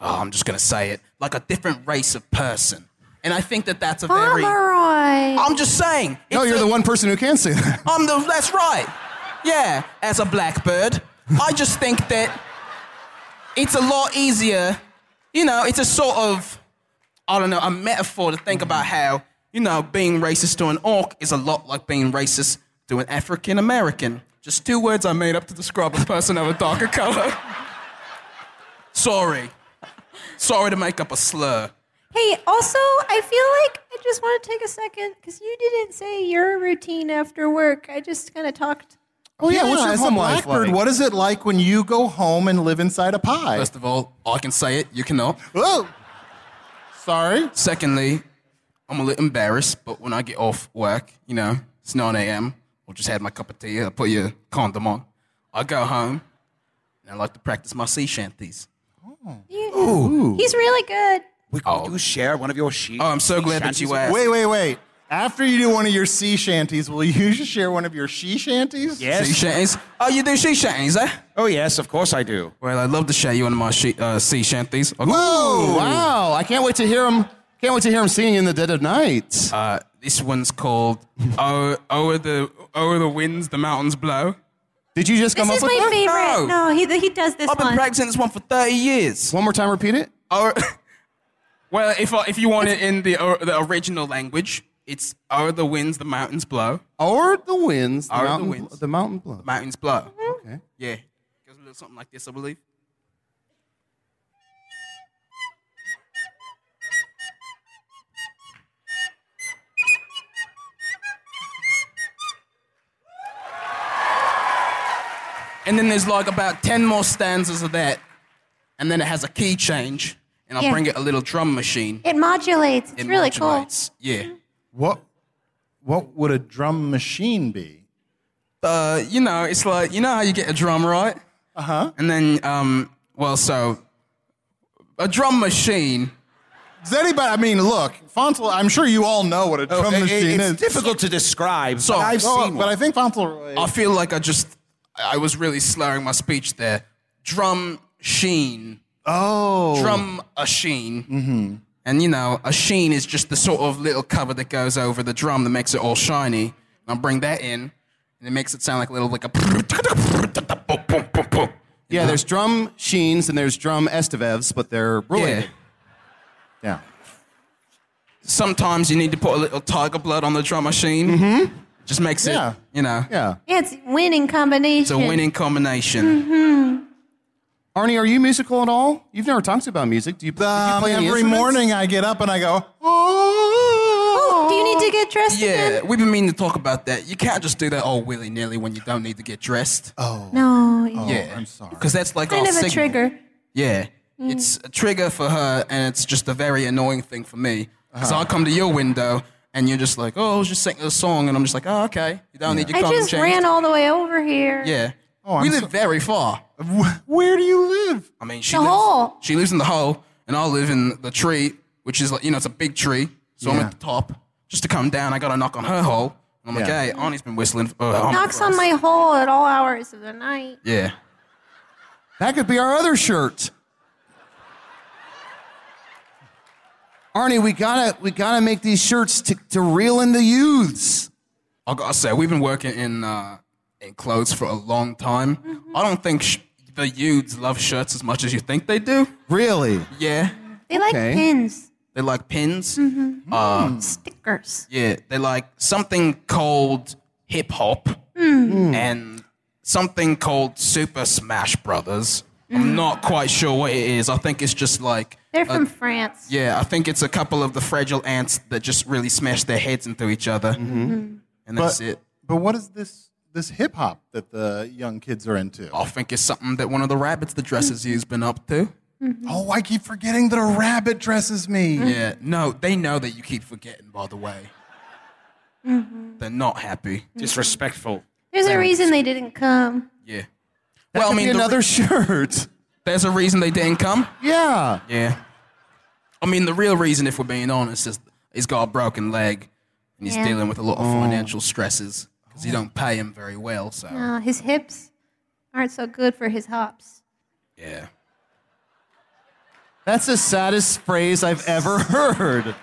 S7: oh, I'm just going to say it, like a different race of person. And I think that that's a very.
S8: Pomeroy.
S7: I'm just saying.
S4: No, you're the one person who can say that.
S7: I'm the. That's right. Yeah, as a blackbird, I just think that it's a lot easier. You know, it's a sort of, I don't know, a metaphor to think about how, you know, being racist to an orc is a lot like being racist to an African American. Just two words I made up to describe a person of a darker color. Sorry. Sorry to make up a slur.
S8: Hey, also, I feel like I just want to take a second because you didn't say your routine after work. I just kind of talked.
S3: Oh yeah, what's your
S4: it's a
S3: home
S4: life
S3: blackbird?
S4: like.
S3: What is it like when you go home and live inside a pie?
S7: First of all, I can say it, you cannot.
S3: Whoa. Sorry.
S7: Secondly, I'm a little embarrassed, but when I get off work, you know, it's 9 a.m., I just had my cup of tea, I put your condom on. I go home, and I like to practice my sea shanties.
S8: You-
S5: Ooh.
S8: He's really good.
S5: Could you share one of your sheep?
S7: Oh, I'm so glad that you asked.
S3: Wait, wait, wait. After you do one of your sea shanties, will you share one of your she shanties?
S5: Yes.
S7: Sea shanties? Oh, you do sea shanties, eh?
S5: Oh, yes, of course I do.
S7: Well, I'd love to share you one of my she- uh, sea shanties. Okay.
S4: Whoa! Oh, Wow! I can't wait to hear him. Can't wait to hear him singing in the dead of night.
S7: Uh, this one's called oh, oh, the, oh, the winds, the mountains blow.
S4: Did you just come
S8: This is
S4: up with
S8: my
S4: that?
S8: favorite.
S7: No.
S8: No, he, he does this
S7: I've been
S8: one.
S7: practicing this one for 30 years.
S4: One more time, repeat it.
S7: Or, well, if uh, if you want it in the or the original language, it's "O'er the winds, the mountains blow,
S4: Or the winds, the
S7: Or the
S4: mountain, the,
S7: winds.
S4: the mountain blow.
S7: mountains blow."
S4: Okay.
S7: Yeah, goes a little something like this, I believe. And then there's like about ten more stanzas of that, and then it has a key change, and I'll
S8: Yeah.
S7: bring it a little drum machine.
S8: It modulates. It's
S7: It
S8: really
S7: modulates. Yeah.
S3: What? What would a drum machine be?
S7: Uh, you know, it's like you know how you get a drum, right? Uh
S5: Uh-huh.
S7: huh. And then, um, well, so a drum machine.
S3: Does anybody? I mean, look, Fauntleroy. I'm sure you all know what a
S5: Oh,
S3: drum
S5: it- it-
S3: machine
S5: it's
S3: is.
S5: difficult to describe,
S7: So-
S5: so, but I've
S3: Oh,
S5: seen
S3: but
S5: one.
S3: I think Fauntleroy.
S7: I feel like I just I was really slurring my speech there. Drum sheen,
S3: oh,
S7: drum a sheen. Mm-hmm. And you know, a sheen is just the sort of little cover that goes over the drum that makes it all shiny. And I bring that in, and it makes it sound like a little like a.
S4: Yeah, there's drum sheens and there's drum estevevs, but they're
S7: Yeah.
S4: related. Yeah.
S7: sometimes you need to put a little tiger blood on the drum machine. Mm-hmm. Just makes
S3: Yeah.
S7: it, you know,
S4: Yeah.
S8: cool. It's winning combination.
S7: it's a winning combination.
S4: Arnie, are you musical at all? You've never talked about music. Do you, do you
S3: Um,
S4: play any
S3: every
S4: instruments?
S3: morning I get up and I go. Oh.
S8: Oh, do you need to get dressed
S7: Yeah,
S8: again?
S7: we've been meaning to talk about that. You can't just do that all willy nilly when you don't need to get dressed.
S8: No, yeah.
S7: Oh. yeah, I'm sorry. Because that's like
S8: kind
S7: our
S8: of a Mm.
S7: signal.
S8: trigger.
S7: Yeah, it's a trigger for her, and it's just a very annoying thing for me. Because I'll come to your window, and you're just like, "Oh, I was just singing a song," and I'm just like, "Oh, okay, you don't need your
S8: I
S7: condom
S8: just
S7: changed."
S8: ran all the way over here.
S7: yeah,
S3: I'm
S7: we live
S3: so-
S7: very far.
S3: Where do you live?
S7: I mean, she
S8: The
S7: lives,
S8: hole.
S7: She lives in the hole, and I live in the tree, which is like you know, it's a big tree. So I'm
S3: Yeah.
S7: at the top. Just to come down, I got to knock on her hole. And I'm like,
S3: Yeah.
S7: hey, Arnie's been whistling. For, uh, Arnie
S8: Knocks
S7: for
S8: on
S7: us."
S8: my hole at all hours of the night.
S7: Yeah.
S4: That could be our other shirt. Arnie, we gotta we gotta make these shirts to, to reel in the youths.
S7: I gotta say, we've been working in uh, in clothes for a long time.
S8: Mm-hmm.
S7: I don't think sh- the youths love shirts as much as you think they do.
S4: Really?
S7: Yeah,
S8: They like
S4: Okay.
S8: pins,
S7: they
S8: Mm-hmm.
S7: like pins.
S8: stickers.
S7: Yeah, they like something called hip hop and something called Super Smash Brothers. I'm not quite sure what it is. I think it's just like
S8: They're
S7: a-
S8: from France.
S7: Uh, yeah, I think it's a couple of the fragile ants that just really smash their heads into each other,
S8: Mhm.
S7: and that's
S3: But-
S7: it.
S3: But what is this this hip hop that the young kids are into?
S7: I think it's something that one of the rabbits the dresses you's been up to.
S3: Oh, I keep forgetting that a rabbit dresses me.
S7: Yeah, no, they know that you keep forgetting. By the way, they're not happy.
S5: Disrespectful.
S8: There's a reason they didn't come.
S7: Yeah. well, I mean, another shirt. There's a reason they didn't come.
S3: Yeah.
S7: Yeah. I mean, the real reason, if we're being honest, is he's got a broken leg and he's
S8: Yeah.
S7: dealing with a lot of
S8: Oh.
S7: financial stresses because you don't pay him very well. So
S8: No, uh, his hips aren't so good for his hops.
S7: yeah.
S4: That's the saddest phrase I've ever heard.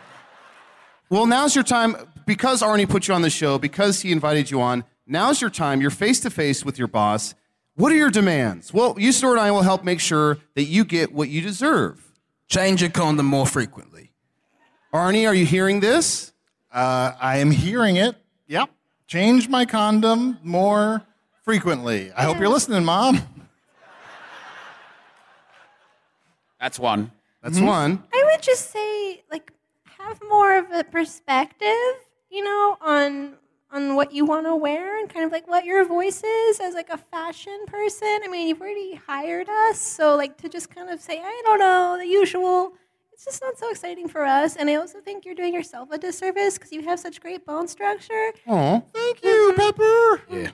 S4: Well, now's your time. Because Arnie put you on the show, because he invited you on, now's your time. You're face to face with your boss. What are your demands? Well, you, sir, and I will help make sure that you get what you deserve.
S7: Change your condom more frequently.
S4: Arnie, are you hearing this?
S3: Uh, I am hearing it. Yep. Change my condom more frequently. I hope you're listening, Mom.
S6: That's one.
S4: That's one.
S8: I would just say, like, have more of a perspective, you know, on on what you want to wear and kind of like what your voice is as like a fashion person. I mean, you've already hired us, so like to just kind of say, I don't know, the usual. It's just not so exciting for us. And I also think you're doing yourself a disservice because you have such great bone structure.
S4: Oh, thank you, Pepper.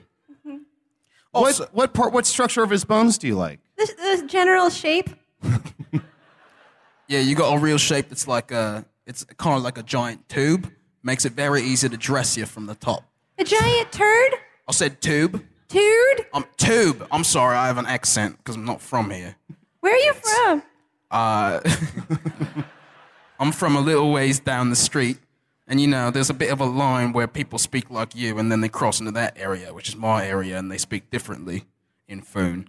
S4: Oh,
S7: Yeah.
S4: What, what part? What structure of his bones do you like?
S8: This, this general shape.
S7: Yeah, you got a real shape that's like a, it's kind of like a giant tube. Makes it very easy to dress you from the top.
S8: A giant turd?
S7: I said tube.
S8: Turd?
S7: I'm tube. I'm sorry, I have an accent because I'm not from here.
S8: Where are you from?
S7: Uh, I'm from a little ways down the street, and you know, there's a bit of a line where people speak like you, and then they cross into that area, which is my area, and they speak differently in Foon.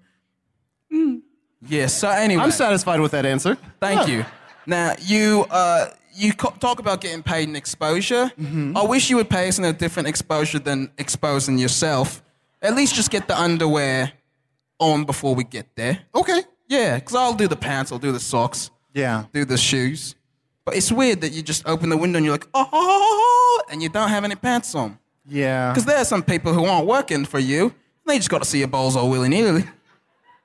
S7: Yeah. So anyway,
S4: I'm satisfied with that answer.
S7: Thank
S4: Yeah.
S7: you. Now you uh, you co- talk about getting paid in exposure. I wish you would pay us in a different exposure than exposing yourself. At least just get the underwear on before we get there.
S4: Oh.
S3: Okay.
S7: Yeah, because I'll do the pants, I'll do the socks,
S3: Yeah.
S7: do the shoes. But it's weird that you just open the window and you're like, oh, and you don't have any pants on.
S3: Yeah.
S7: Because there are some people who aren't working for you, and they just got to see your balls all willy nilly.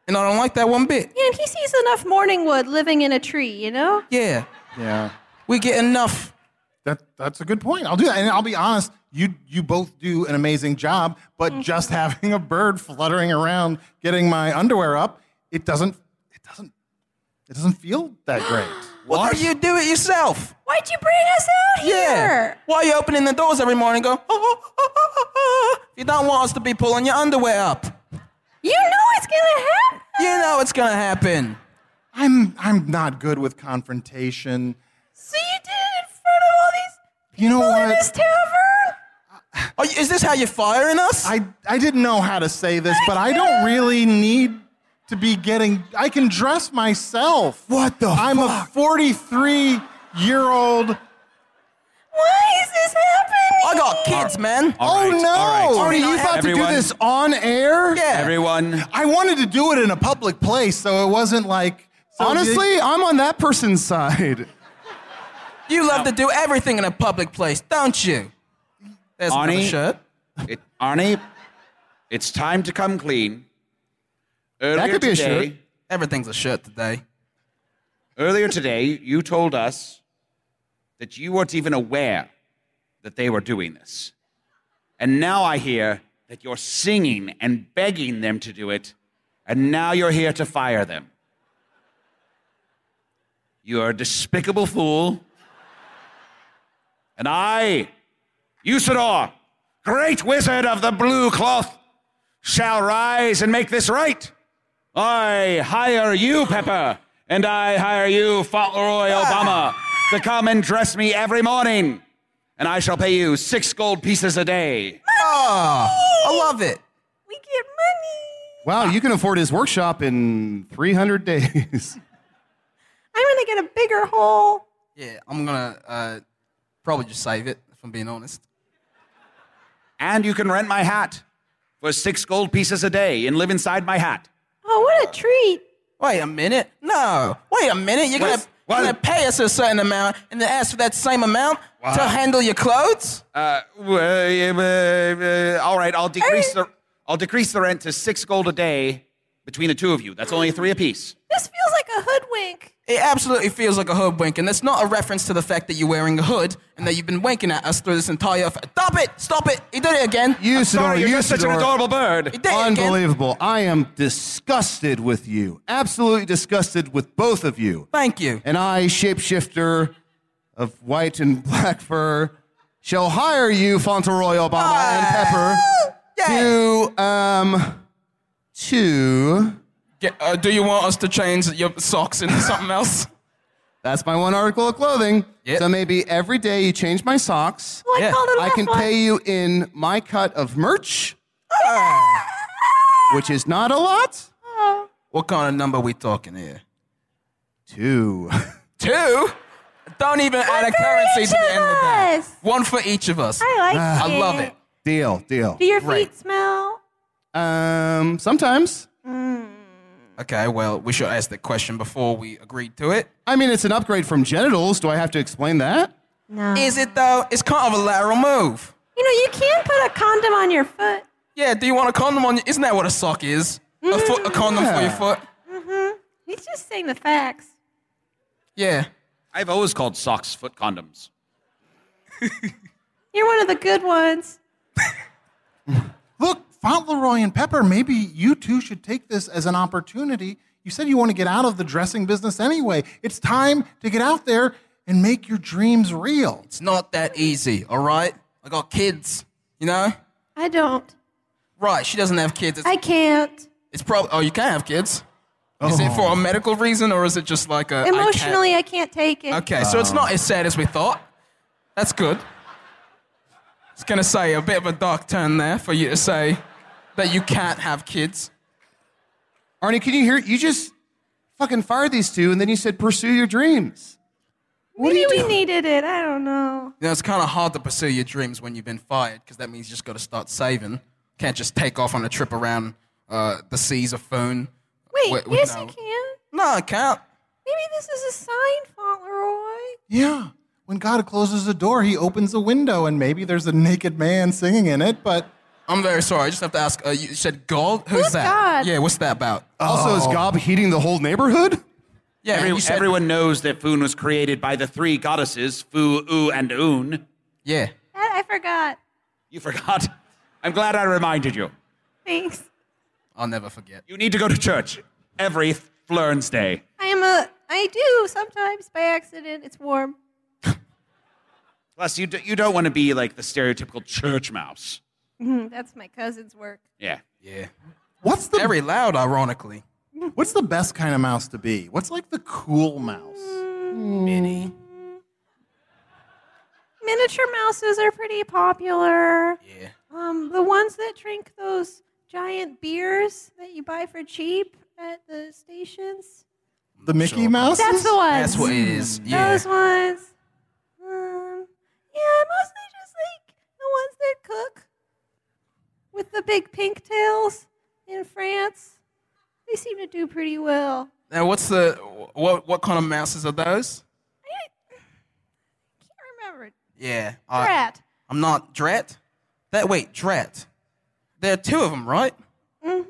S7: And I don't like that one bit.
S8: Yeah, and he sees enough morning wood living in a tree, you know?
S7: Yeah.
S3: Yeah.
S7: We get enough.
S3: That that's a good point. I'll do that. And I'll be honest, you you both do an amazing job, but just having a bird fluttering around getting my underwear up, it doesn't it doesn't it doesn't feel that great.
S7: Why do you do it yourself?
S8: Why'd you bring us out
S7: Yeah.
S8: here?
S7: Why are you opening the doors every morning and go, "Oh, you don't want us to be pulling your underwear up.
S8: You know it's gonna happen.
S7: You know it's going to happen.
S3: I'm I'm not good with confrontation.
S8: So you did it in front of all these
S3: You know
S8: people
S3: what?
S8: in this tavern?
S7: Are you- Is this how you're firing us?
S3: I, I didn't know how to say this, but I don't really need to be getting. I can dress myself.
S7: What the
S3: I'm a 43 year old.
S8: Why is this happening?
S7: I got kids, man.
S3: Oh
S6: right,
S3: no!
S6: all right.
S3: Arnie, you
S6: thought to do Everyone- this
S3: on air?
S7: Yeah.
S6: Everyone,
S3: I wanted to do it in a public place, so it wasn't like. so
S4: Honestly, I'm on that person's side.
S7: You love to do everything in a public place, don't you? There's another
S6: Arnie?
S7: shirt.
S6: it, Arnie, it's time to come clean. Earlier
S4: could be a
S6: today,
S4: shirt.
S7: Everything's a shirt today.
S6: Earlier today, you told us that you weren't even aware that they were doing this. And now I hear that you're singing and begging them to do it, and now you're here to fire them. You're a despicable fool. And I, Usador, great wizard of the blue cloth, shall rise and make this right. I hire you, Pepper, and I hire you, Fauntleroy Obama, to come and dress me every morning. And I shall pay you six gold pieces a day.
S7: Oh, I love it.
S8: Ah. We get money.
S4: Wow, you can afford his workshop in 300 days.
S8: I'm gonna get a bigger hole.
S7: Yeah, I'm going to uh, probably just save it, if I'm being honest.
S5: And you can rent my hat for six gold pieces a day and live inside my hat.
S7: Oh, what a treat. Wait a minute. No. Wait a minute. You're going to pay us a certain amount and then ask for that same amount to
S5: Wow.
S7: handle your clothes?
S5: Uh, w- uh, uh, all right, I'll decrease the I'll decrease the rent to six gold a day between the two of you. That's only three apiece.
S7: This feels like a hoodwink. It absolutely feels like a hoodwink, and that's not a reference to the fact that you're wearing a hood and that you've been winking at us through this entire. F- stop it! Stop it! He did it again.
S4: You, Sidora, you, Sidora.
S5: bird.
S4: Unbelievable. I am disgusted with you. Absolutely disgusted with both of you.
S7: Thank you.
S4: And I, shapeshifter of white and black fur, shall hire you, Fauntleroy Obama
S7: Ah,
S4: and Pepper, to, um, to.
S7: Get, uh, do you want us to change your socks into something else?
S4: That's my one article of clothing. So maybe every day you change my socks.
S7: Well, Oh, I Yeah. called it
S4: I
S7: last
S4: can
S7: one.
S4: pay you in my cut of merch,
S8: Ah,
S4: which is not a lot.
S7: What kind of number we talking here?
S4: Two.
S7: Two? Don't even add a
S4: for
S7: currency
S4: each
S7: to the
S4: of
S7: end of that. One for each of us.
S8: I like
S4: Ah.
S8: it.
S4: I love it. Deal, deal.
S8: Do your feet smell?
S4: Um, sometimes.
S7: Okay, well, we should ask that question before we agreed to it.
S4: I mean, it's an upgrade from genitals. Do I have to explain that?
S8: No.
S7: Is it though? It's kind of a lateral move.
S8: You know, you can put a condom on your foot.
S7: Yeah, do you want a condom on your Isn't that what a sock is? A, foot, a condom for your
S5: Yeah.
S7: foot?
S8: Mm-hmm. He's just saying the facts.
S7: Yeah.
S5: I've always called socks foot condoms.
S8: You're one of the good ones.
S3: Look, Fauntleroy and Pepper, maybe you two should take this as an opportunity. You said you want to get out of the dressing business anyway. It's time to get out there and make your dreams real.
S7: It's not that easy, all right? I got kids, you know?
S8: I don't.
S7: Right, she doesn't have kids. It's,
S8: I can't.
S7: it's probably. Oh, you can have kids? Is it for a medical reason or is Oh. it just like a. I can't-
S8: Emotionally, I can't. take it.
S7: Okay, so it's not as sad as we thought. That's good. It's gonna say a bit of a dark turn there for you to say that you can't have kids.
S4: Arnie, can you hear? You just fucking fired these two, and then you said pursue your dreams.
S8: Maybe we needed it. I don't know.
S7: You know, it's kind of hard to pursue your dreams when you've been fired because that means you just got to start saving. Can't just take off on a trip around uh, the seas of phone.
S8: Wait,
S7: Wait, wait,
S8: yes,
S7: no.
S8: I can.
S7: No, I can't.
S8: Maybe this is a sign, Fauntleroy.
S3: Yeah. When God closes a door, he opens a window, and maybe there's a naked man singing in it, but.
S7: I'm very sorry. I just have to ask. Uh, you said God? Who's
S3: Who's
S7: that?
S3: God?
S7: Yeah, what's that about?
S4: Also, is Gob heating the whole neighborhood?
S7: Yeah,
S5: Uh, Every-
S7: you said-
S5: everyone knows that Foon was created by the three goddesses Fu, U, and Un.
S7: Yeah.
S8: That I forgot.
S5: You forgot. I'm glad I reminded you.
S8: Thanks.
S7: I'll never forget.
S5: You need to go to church every Flurns Day.
S8: I am a. I do sometimes by accident. It's warm.
S5: Plus, you, d- you don't want to be like the stereotypical church mouse.
S8: Mhm, That's my cousin's work.
S5: Yeah.
S7: Yeah.
S3: What's the
S7: very loud, ironically?
S3: What's the best kind of mouse to be? What's like the cool mouse?
S7: Minnie.
S8: Miniature mouses are pretty popular.
S7: Yeah.
S8: Um, the ones that drink those giant beers that you buy for cheap at the stations.
S3: The Mickey Mouse?
S8: That's the ones.
S7: That's what it is. Yeah.
S8: Those ones. Um, yeah, mostly just like the ones that cook with the big pigtails in France. They seem to do pretty well.
S7: Now, what's the what? What kind of mouses are those?
S8: Remember,
S7: Yeah. I-
S8: rat.
S7: I'm not Drat. That wait, Drat. There are two of them, right?
S8: hmm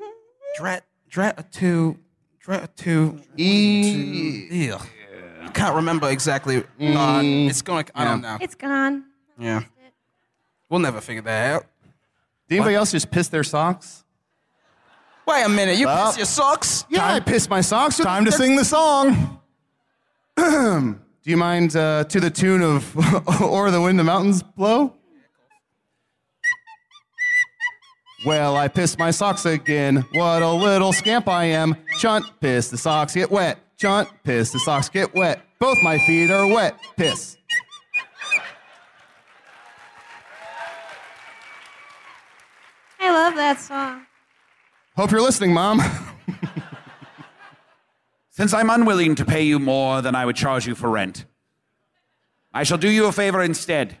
S7: Drat, Drat are two. Drat are two. E. Yeah. I can't remember exactly. Uh, it's gonna. I don't know.
S8: It's gone.
S7: Yeah. We'll never figure that out.
S4: Did anybody else just piss their socks?
S7: Wait a minute. You
S4: Well,
S7: piss your socks?
S4: Yeah, I pissed my socks. Time
S3: to sing the song.
S4: Do you mind uh, to the tune of "O'er the Wind the Mountains Blow"? Well, I pissed my socks again. What a little scamp I am. Chunt, piss the socks get wet. Chunt, piss the socks get wet. Both my feet are wet. Piss.
S8: I love that song.
S4: Hope you're listening, Mom.
S5: Since I'm unwilling to pay you more than I would charge you for rent, I shall do you a favor instead.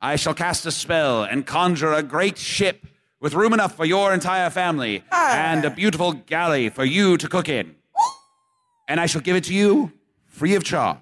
S5: I shall cast a spell and conjure a great ship with room enough for your entire family and a beautiful galley for you to cook in. And I shall give it to you free of charge.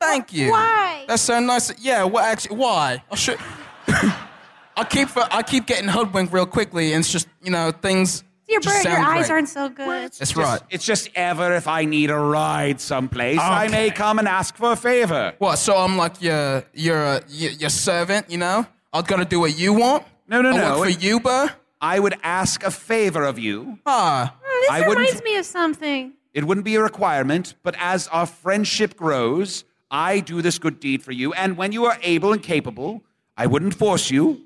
S7: Thank you. Why? That's so nice. Yeah. What actually? Why? I should. I keep I keep getting hoodwinked real quickly, and it's just you know things.
S8: Your,
S7: just
S8: bird, your
S7: sound
S8: eyes
S7: great.
S8: aren't so good.
S7: That's right.
S5: It's just ever if I need a ride someplace, I may come and ask for a favor.
S7: What? So I'm like your your uh, your, your servant, you know? I'm gonna do what you want.
S5: No, no,
S7: I
S5: no.
S7: Work for you, bud.
S5: I would ask a favor of you.
S7: Ah.
S8: Oh, This
S5: I wouldn't-
S8: reminds me of something.
S5: It wouldn't be a requirement, but as our friendship grows, I do this good deed for you. And when you are able and capable, I wouldn't force you.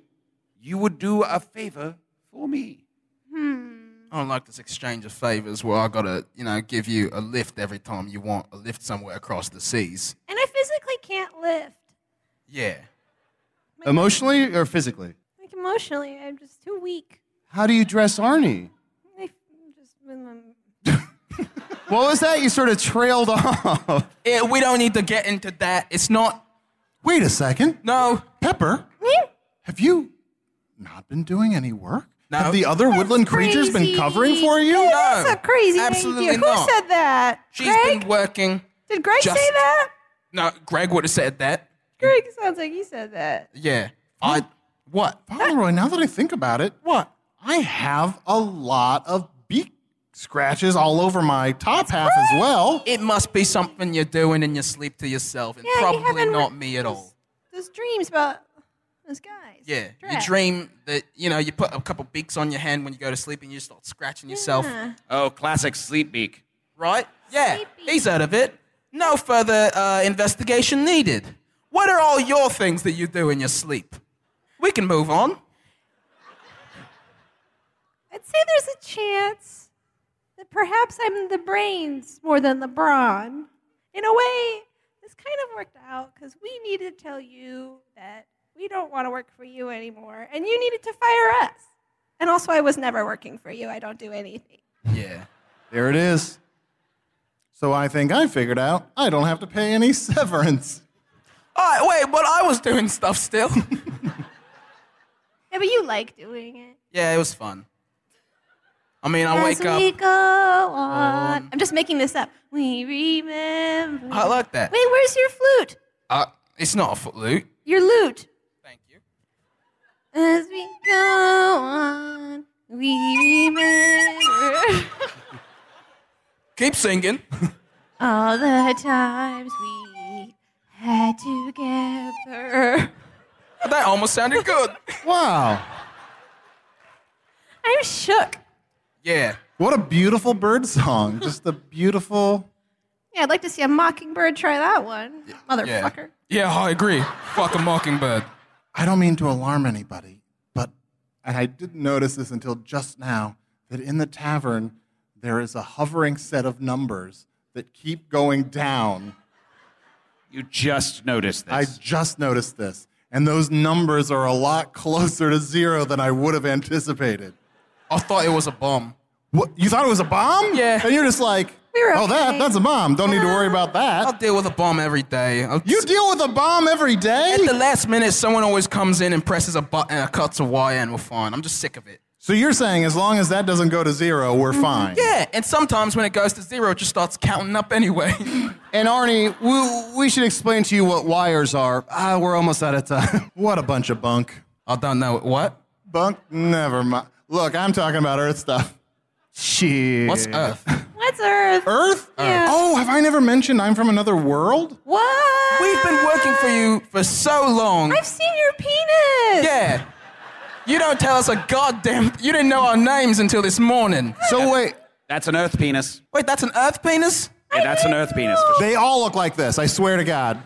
S5: You would do a favor for me.
S7: I don't like this exchange of favors where I gotta you know give you a lift every time you want a lift somewhere across the seas.
S8: And I physically can't lift.
S7: Yeah.
S4: Emotionally or physically?
S8: Like emotionally, I'm just too weak.
S4: How do you dress Arnie?
S8: I just with my
S4: What was that? You sort of trailed off.
S7: Yeah, we don't need to get into that. It's not.
S3: Wait a second.
S7: No.
S3: Pepper, have you not been doing any work? Have the other woodland creatures been covering for you?
S8: Dude, That's a crazy
S7: absolutely
S8: idea. Who
S7: not.
S8: said that?
S7: She's
S8: Greg?
S7: been working.
S8: Did Greg
S7: just-
S8: say that?
S7: No, Greg would have said that.
S8: Greg sounds like he said that.
S7: Yeah. I. What?
S3: Fauntleroy, now that I think about it, what? I have a lot of beak scratches all over my top half as well.
S7: It must be something you're doing in your sleep to yourself, and
S8: Yeah, you
S7: probably
S8: haven't
S7: not
S8: worked
S7: me at all.
S8: Those dreams about those guys.
S7: Yeah, you
S8: Dress.
S7: dream that you know you put a couple beaks on your hand when you go to sleep and you start scratching yourself,
S8: Yeah.
S5: Oh, classic sleep beak.
S7: right? Yeah, he's out of it. No further uh, investigation needed. What are all your things that you do in your sleep? We can move on.
S8: I'd say there's a chance that perhaps I'm the brains more than the brawn. In a way, this kind of worked out because we needed to tell you that we don't want to work for you anymore, and you needed to fire us. And also, I was never working for you. I don't do anything.
S7: Yeah.
S4: There it is.
S3: So I think I figured out I don't have to pay any severance.
S7: All right, wait, but I was doing stuff still.
S8: Yeah, but you like doing it.
S7: yeah, it was fun. I mean, I
S8: As
S7: wake up. Um,
S8: we go on. I'm just making this up. We remember.
S7: I like that.
S8: Wait, where's your flute?
S7: Uh, it's not a foot loot.
S8: Your lute. Thank you. As we go on, we remember
S7: Keep singing.
S8: all the times we had together.
S7: that almost sounded good.
S3: Wow.
S8: I'm shook.
S7: Yeah.
S3: What a beautiful bird song. Just a beautiful.
S8: Yeah, I'd like to see a mockingbird try that one.
S7: Yeah.
S8: Motherfucker.
S7: Yeah, I agree. Fuck a mockingbird.
S3: I don't mean to alarm anybody, but, and I didn't notice this until just now, that in the tavern there is a hovering set of numbers that keep going down.
S5: You just noticed this.
S3: I just noticed this. And those numbers are a lot closer to zero than I would have anticipated.
S7: I thought it was a bomb.
S3: What, you thought it was a bomb?
S7: Yeah.
S3: And you're just like,
S8: We were
S3: oh, that,
S8: okay.
S3: that's a bomb. Don't need to worry about
S7: I'll
S3: that.
S7: deal with a bomb every day. I'll-
S3: You deal with a bomb every day?
S7: At the last minute, someone always comes in and presses a button and cuts a wire, and we're fine. I'm just sick of it.
S3: so you're saying as long as that doesn't go to zero, we're fine.
S7: Yeah, and sometimes when it goes to zero, it just starts counting up anyway.
S4: And Arnie, we, we should explain to you what wires are. Ah, we're almost out of time.
S3: What a bunch of bunk.
S7: I don't know what.
S3: Bunk? Never mind. Look, I'm talking about Earth stuff.
S4: Shit.
S7: What's Earth?
S8: What's Earth?
S3: Earth?
S8: Yeah.
S3: Oh, have I never mentioned I'm from another world?
S8: What?
S7: We've been working for you for so long.
S8: I've seen your penis.
S7: Yeah. You don't tell us a goddamn. You didn't know our names until this morning.
S4: So wait,
S5: That's an earth penis.
S7: Wait, that's an Earth penis?
S5: Yeah, that's an earth penis. For sure.
S3: They all look like this, I swear to God.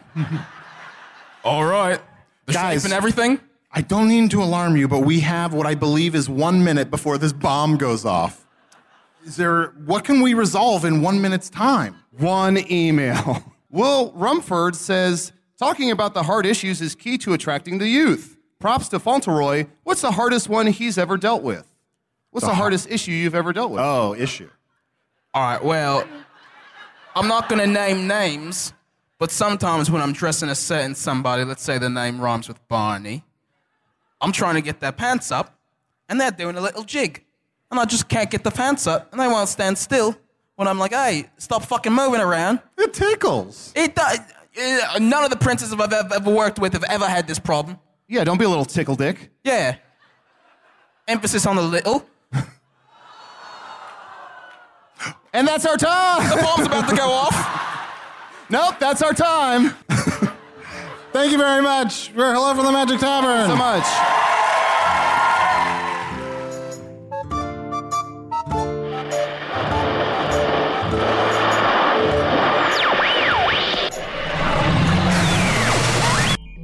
S7: All right. The
S3: Guys.
S7: shape and everything.
S3: I don't mean to alarm you, but we have what I believe is one minute before this bomb goes off. Is there, what can we resolve in one minute's time?
S4: one email. Will Rumford says, talking about the hard issues is key to attracting the youth. Props to Fauntleroy. What's the hardest one he's ever dealt with? What's the, hardest issue you've ever dealt with?
S3: Oh, issue.
S7: All right, well, I'm not going to name names, but sometimes when I'm dressing a certain somebody, let's say the name rhymes with Barney, I'm trying to get their pants up, and they're doing a little jig. And I just can't get the pants up, and they won't stand still when I'm like, hey, stop fucking moving around.
S10: It tickles.
S7: It does. uh, None of the princesses I've ever, ever worked with have ever had this problem.
S3: Yeah, don't be a little tickle dick.
S7: Yeah. Emphasis on the little.
S3: And that's our time.
S7: The bomb's about to go off.
S3: Nope, that's our time.
S10: Thank you very much. We're hello from the Magic Tavern.
S3: so much.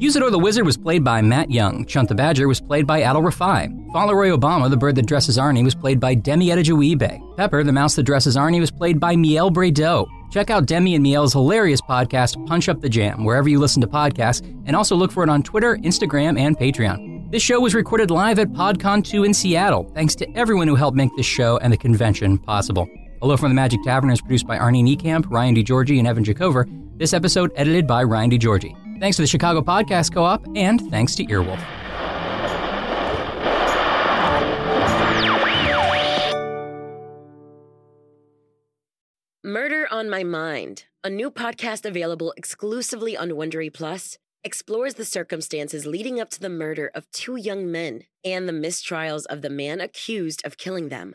S2: Usador the Wizard was played by Matt Young. Chunt the Badger was played by Adel Rafai. Fauntleroy Obama, the bird that dresses Arnie, was played by Demi Adejuibe. Pepper, the mouse that dresses Arnie, was played by Miel Bredeau. Check out Demi and Miel's hilarious podcast, Punch Up the Jam, wherever you listen to podcasts, and also look for it on Twitter, Instagram, and Patreon. This show was recorded live at PodCon 2 in Seattle. Thanks to everyone who helped make this show and the convention possible. Hello from the Magic Tavern is produced by Arnie Niekamp, Ryan DeGiorgi, and Evan Jacover. This episode edited by Ryan DeGiorgi. Thanks to the Chicago Podcast Co-op, and thanks to Earwolf.
S8: Murder on My Mind, a new podcast available exclusively on Wondery Plus, explores the circumstances leading up to the murder of two young men and the mistrials of the man accused of killing them.